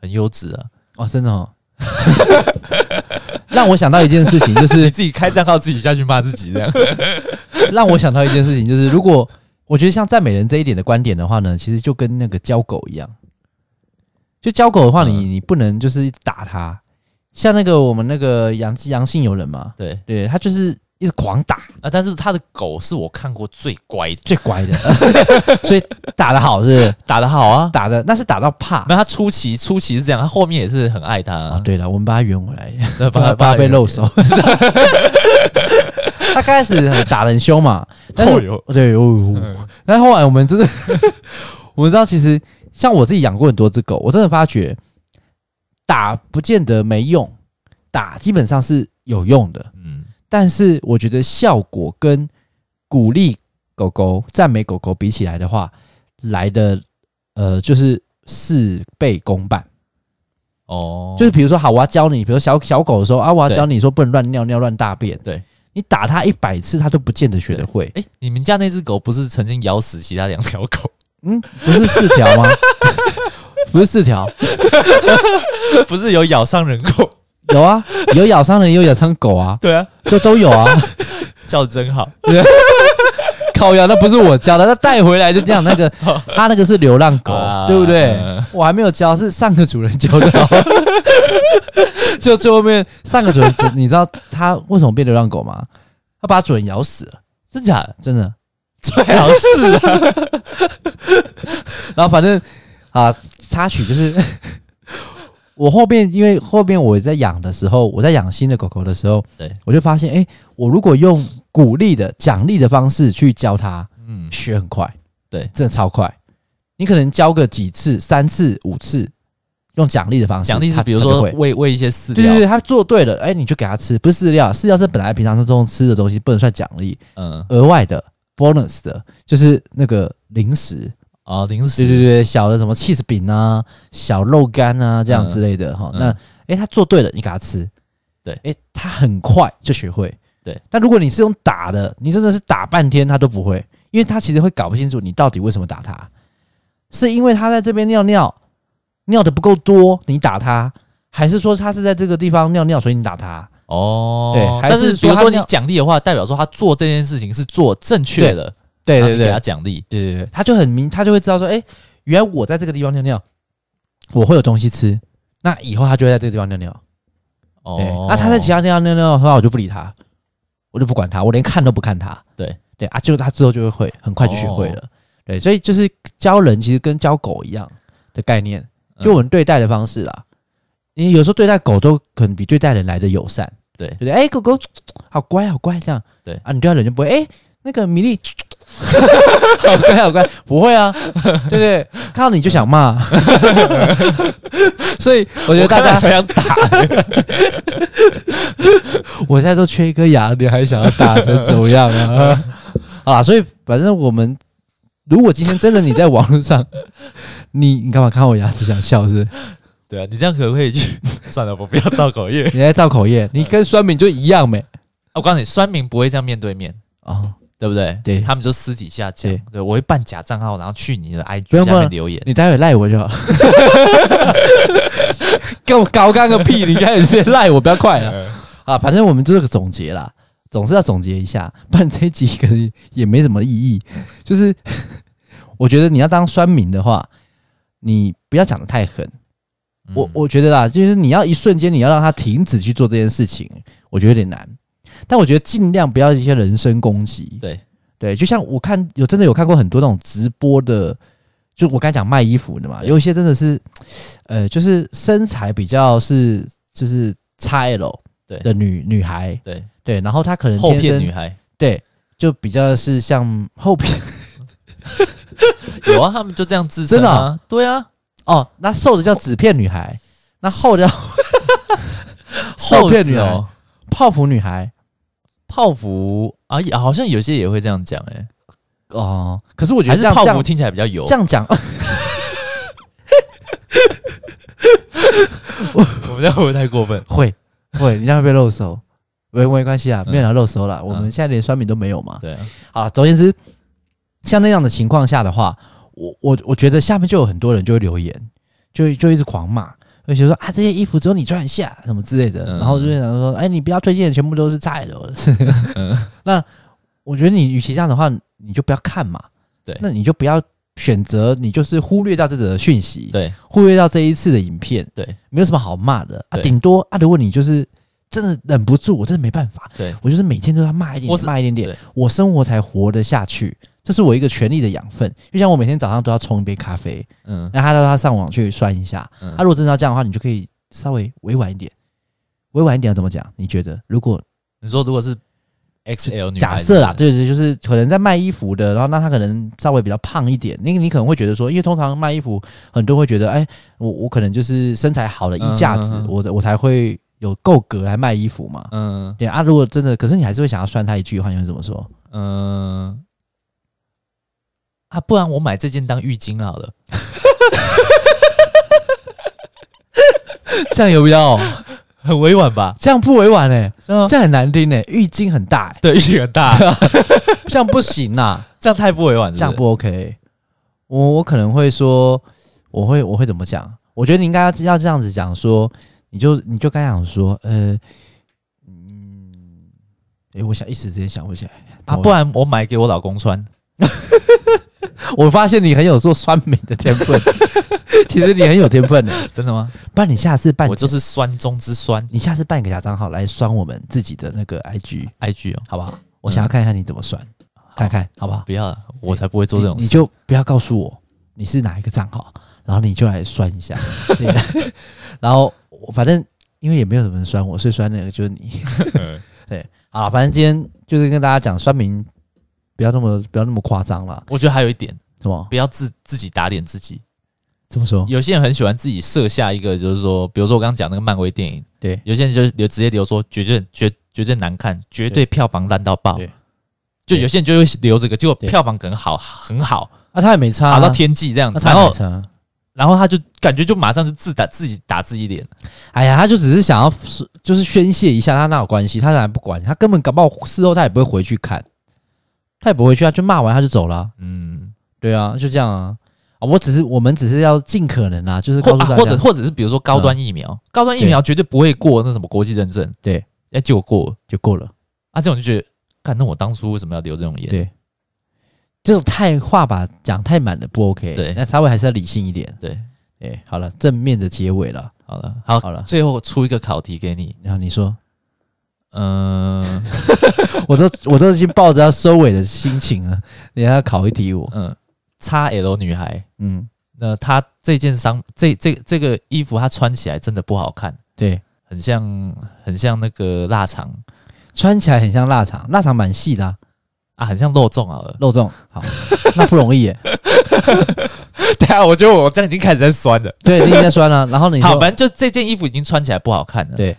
S1: 很优质啊。
S2: 哦，真的哦。 *laughs* 让我想到一件事情，就
S1: 你
S2: *laughs* 是
S1: 自己开账号，自己下去骂自己
S2: *laughs*
S1: 这样。
S2: 让我想到一件事情，就是如果我觉得像赞美人这一点的观点的话呢，其实就跟那个教狗一样，就教狗的话你，你、不能就是打它，像那个我们那个杨杨信友人嘛，
S1: 对
S2: 对他就是一直狂打，
S1: 啊，但是他的狗是我看过最乖的，
S2: 最乖的， *laughs* 所以打得好是不是
S1: 打得好啊。
S2: 打的，那是打到怕。
S1: 那他初期初期是这样，他后面也是很爱他啊、
S2: 啊，对了，我们把它圆回来，
S1: *laughs* 对，
S2: 不然不然被露手。 *laughs* 他刚开始很打得很凶嘛，但是
S1: 哦哟
S2: 对，哦，哦但后来我们真的， *laughs* 我们知道，其实像我自己养过很多只狗，我真的发觉打不见得没用，打基本上是有用的，
S1: 嗯，
S2: 但是我觉得效果跟鼓励狗狗、赞美狗狗比起来的话，来的呃就是事倍功半。
S1: 哦，
S2: 就是比如说，好，我要教你，比如小小狗的时候啊，我要
S1: 对
S2: 教你说不能乱尿尿、乱大便。
S1: 对，
S2: 你打它一百次，它都不见得学得会。
S1: 哎、你们家那只狗不是曾经咬死其他两条狗？
S2: 嗯，不是四条吗？ *laughs* 不是四条，
S1: *laughs* 不是有咬伤人过？
S2: 有啊，有咬伤人，也有咬伤
S1: *laughs*
S2: 狗啊，
S1: 对啊，
S2: 都都有啊。
S1: 叫得真好。
S2: 烤羊那不是我教的，他带回来就这样。那个他那个是流浪狗，
S1: 啊
S2: 对不对
S1: 嗯？
S2: 我还没有教，是上个主人教的。哦就最后面上个主人，你知道他为什么变流浪狗吗？他把主人咬死了，真假的？真的。
S1: 最好是啊，
S2: 然后反正啊，插曲就是我后面，因为后面我在养的时候，我在养新的狗狗的时候，
S1: 对
S2: 我就发现，哎、我如果用鼓励的、奖励的方式去教它，
S1: 嗯，
S2: 学很快，
S1: 对
S2: 真的超快。你可能教个几次、三次、五次，用奖励的方式，
S1: 奖励是
S2: 他
S1: 比如
S2: 他就
S1: 说
S2: 会
S1: 喂喂一些饲
S2: 对对
S1: 料，
S2: 对，他做对了，哎、你就给他吃，不是饲料，饲料是本来平常生活中吃的东西，不能算奖励，
S1: 嗯，
S2: 额外的 bonus 的，就是那个零食，
S1: 哦，零
S2: 对
S1: 食，
S2: 对对，小的什么 cheese 饼啊，小肉干啊，这样
S1: 嗯
S2: 之类的哈、
S1: 嗯
S2: 那哎、诶他做对了，你给他吃，
S1: 对
S2: 哎、他很快就学会。
S1: 对，
S2: 但如果你是用打的，你真的是打半天他都不会，因为他其实会搞不清楚你到底为什么打他，是因为他在这边尿尿尿的不够多，你打他，还是说他是在这个地方尿尿，所以你打他？
S1: 哦，
S2: 对还
S1: 但
S2: 是
S1: 是比如
S2: 说他
S1: 说你
S2: 那
S1: 奖励的话，代表说他做这件事情是做正确的，
S2: 对
S1: 然后
S2: 对
S1: 你
S2: 对，
S1: 给他奖励，
S2: 对对对，他就很明，他就会知道说，哎、原来我在这个地方尿尿，我会有东西吃，那以后他就会在这个地方尿尿。对，啊
S1: 哦，
S2: 那他在其
S1: 他
S2: 他地方尿尿的话，我就不理他，我就不管他，我连看都不看他。
S1: 对哦
S2: 对啊，就他之后就会会很快就学会了。对，所以就是教人其实跟教狗一样的概念，
S1: 嗯
S2: 就我们对待的方式啦。你有时候对待狗都可能比对待人来的友善，
S1: 对
S2: 对不对？哎、狗狗好乖，好乖，这样
S1: 对
S2: 啊，你对待人就不会哎、那
S1: *laughs*
S2: 个米粒好乖，好乖，不会啊，对不对？看到你就想骂， *laughs* 所以我觉得大家
S1: 想想打，
S2: *laughs* 我现在都缺一颗牙，你还想要打成怎么样啊？啊，所以反正我们，如果今天真的你在网络上， *laughs* 你你干嘛看我牙齿想笑是不是？
S1: 对啊，你这样可不可以去？ *laughs* 算了，我不要造口业。
S2: 你在造口业，你跟酸敏就一样没？
S1: *laughs* 我告诉你，酸民不会这样面对面，
S2: 哦，
S1: 对不对？
S2: 对
S1: 他们就私底下讲
S2: 对。
S1: 对，我会办假账号，然后去你的
S2: 不
S1: IG
S2: 用不
S1: 下
S2: 用
S1: 面留言。
S2: 你待会赖我就好。跟我高干个屁！你开始先赖我，不要快了
S1: 嗯
S2: 啊！反正我们就是个总结啦，总是要总结一下，不然这一集可能也没什么意义。就是 *laughs* 我觉得你要当酸民的话，你不要讲的太狠。
S1: 嗯
S2: 我我觉得啦，就是你要一瞬间你要让他停止去做这件事情，我觉得有点难。但我觉得尽量不要一些人身攻击。
S1: 对
S2: 对，就像我看有真的有看过很多那种直播的，就我刚才讲卖衣服的嘛，有一些真的是，呃，就是身材比较是就是 XL
S1: 对
S2: 的女女孩，
S1: 对
S2: 对，然后她可能
S1: 后
S2: 天
S1: 骗
S2: 生
S1: 女孩
S2: 对就比较是像
S1: *laughs*
S2: 后片
S1: 有啊，他们就这样自称
S2: *laughs* 真的
S1: 啊
S2: 啊，
S1: 对啊，
S2: 哦，那瘦的叫纸片女孩，那厚的叫后
S1: 骗
S2: 片女孩、泡芙女孩，
S1: 泡芙啊，也好像有些也会这样讲哎，
S2: 哦，可是我觉
S1: 还
S2: 得这
S1: 是
S2: 样
S1: 泡
S2: 这
S1: 芙
S2: 样
S1: 听起来比较油
S2: 这。样讲， *laughs*
S1: 我们这样会不会太过分？
S2: 会会，你这样会被漏收，没没关系啊，
S1: 嗯
S2: 没有人漏收了，我们
S1: 嗯
S2: 现在连酸民都没有嘛。
S1: 对啊，
S2: 好，总而言之，像那样的情况下的话，我我我觉得下面就有很多人就会留言，就就一直狂骂。而且说啊，这些衣服只有你穿得下，什么之类的，
S1: 嗯
S2: 然后就会想说，哎，你不要推荐的全部都是菜的。哦
S1: 嗯
S2: *laughs* 那我觉得你与其这样的话，你就不要看嘛。
S1: 对
S2: 那你就不要选择，你就是忽略掉这则讯息。
S1: 对
S2: 忽略到这一次的影片，
S1: 对，
S2: 没有什么好骂的啊，
S1: 对
S2: 顶多啊，如果你就是真的忍不住，我真的没办法，
S1: 对
S2: 我就是每天都要骂一点
S1: 或
S2: 点，
S1: 是
S2: 骂一点点
S1: 对，
S2: 我生活才活得下去，这是我一个权利的养分。就像我每天早上都要冲一杯咖啡，
S1: 嗯
S2: 那他让他上网去酸一下，
S1: 嗯
S2: 啊，如果真的要这样的话，你就可以稍微委婉一点，委婉一点要怎么讲？你觉得如果
S1: 你说如果是 XL 女孩
S2: 假设啦，
S1: 对
S2: 对对，就是可能在卖衣服的，然后那他可能稍微比较胖一点，那个你可能会觉得说，因为通常卖衣服，很多人会觉得，哎，我我可能就是身材好的衣架子，
S1: 嗯嗯嗯
S2: 我我才会有够格来卖衣服嘛。
S1: 不对嗯
S2: 对啊，如果真的，可是你还是会想要酸他一句的话，你会怎么说？
S1: 嗯啊，不然我买这件当浴巾好了。
S2: *laughs* 这样有必要、
S1: 很委婉吧？
S2: 这样不委婉哎、
S1: 真的吗
S2: 这样很难听哎、浴巾很大、欸，
S1: 对，浴巾很大，
S2: 这样不行啊呐、
S1: 这样太不委婉了。
S2: *laughs* 这样不 OK。我我可能会说，我会我会怎么讲？我觉得你应该要要这样子讲说，你就你就该讲说，呃，嗯，诶，我想一时之间想不起来
S1: 啊，不然我买给我老公穿。
S2: 我发现你很有做酸民的
S1: *laughs*
S2: 天分，其实你很有天分的。
S1: 真的吗？
S2: 不然你下次办
S1: 我，就是酸中之酸
S2: 你下次办一个假账号来酸我们自己的那个 IG，
S1: ，IG 哦，
S2: 好不好？我想要看一看你怎么酸，看看好不好？
S1: 不要了，我才不会做这种
S2: 你，你
S1: 事。
S2: 就不要告诉我你是哪一个账号，然后你就来酸 *laughs* 一下，对然后我反正因为也没有什么人酸我，所以酸那个就是 *laughs* 你。对啊，反正今天就是跟大家讲，酸民不要那么不要那么夸张了，
S1: 我觉得还有一点，
S2: 是吗？
S1: 不要自自己打脸自己。
S2: 怎么说？
S1: 有些人很喜欢自己设下一个，就是说，比如说我刚刚讲那个漫威电影，
S2: 对
S1: 有些人就是留直接留说绝对绝绝对难看，绝对票房烂到爆
S2: 对。
S1: 就有些人就会留这个，结果
S2: 对
S1: 票房可能好很好，
S2: 啊，他也没差、啊，
S1: 好到天际这样
S2: 那
S1: 子，
S2: 他
S1: 然
S2: 也没
S1: 后
S2: 差啊。
S1: 然后他就感觉就马上就自打自己打自己脸，
S2: 哎呀，他就只是想要就是宣泄一下，他哪有关系？他哪不管？他根本搞不好事后他也不会回去看，他也不会去，他就骂完他就走了啊、
S1: 嗯，
S2: 对啊，就这样啊。啊，我只是我们只是要尽可能啊，就是
S1: 或
S2: 告诉大家，嗯
S1: 啊或者或者是比如说高端疫苗，高端疫苗绝对不会过那什么国际认证，
S2: 对，
S1: 哎，结果过了
S2: 就够了。
S1: 啊，这种就觉得，看那我当初为什么要留这种言？
S2: 对，这种太话把讲太满了不 OK。
S1: 对
S2: 那稍微还是要理性一点。
S1: 对，啊
S2: 哎，好了，正面的结尾了。
S1: 好了，好
S2: 好了
S1: 最后出一个考题给你，
S2: 然后你说， *laughs*
S1: 嗯
S2: 我都我都已经抱着要收尾的心情了， *laughs* 你还要考一题我？
S1: 嗯，x L 女孩，
S2: 嗯，
S1: 那她这件商这这这个衣服她穿起来真的不好看，
S2: 对，
S1: 很像很像那个腊肠
S2: 穿起来很像腊肠，腊肠蛮细的、啊，
S1: 啊，很像肉粽好
S2: *laughs*
S1: 了。
S2: 肉粽。好，那不容易耶。
S1: 对啊，我觉得我这样已经开始在酸了。
S2: 对，你已经在酸了、然后你
S1: 好，
S2: 说，
S1: 反正就这件衣服已经穿起来不好看了。
S2: 对，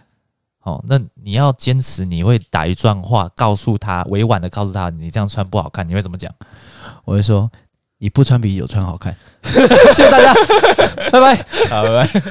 S1: 哦，那你要坚持，你会打一段话告诉她，委婉的告诉她，你这样穿不好看，你会怎么讲？
S2: 我会说，你不
S1: *laughs*
S2: *laughs* 穿比有穿好看。谢谢大家，拜拜。
S1: 好，拜拜。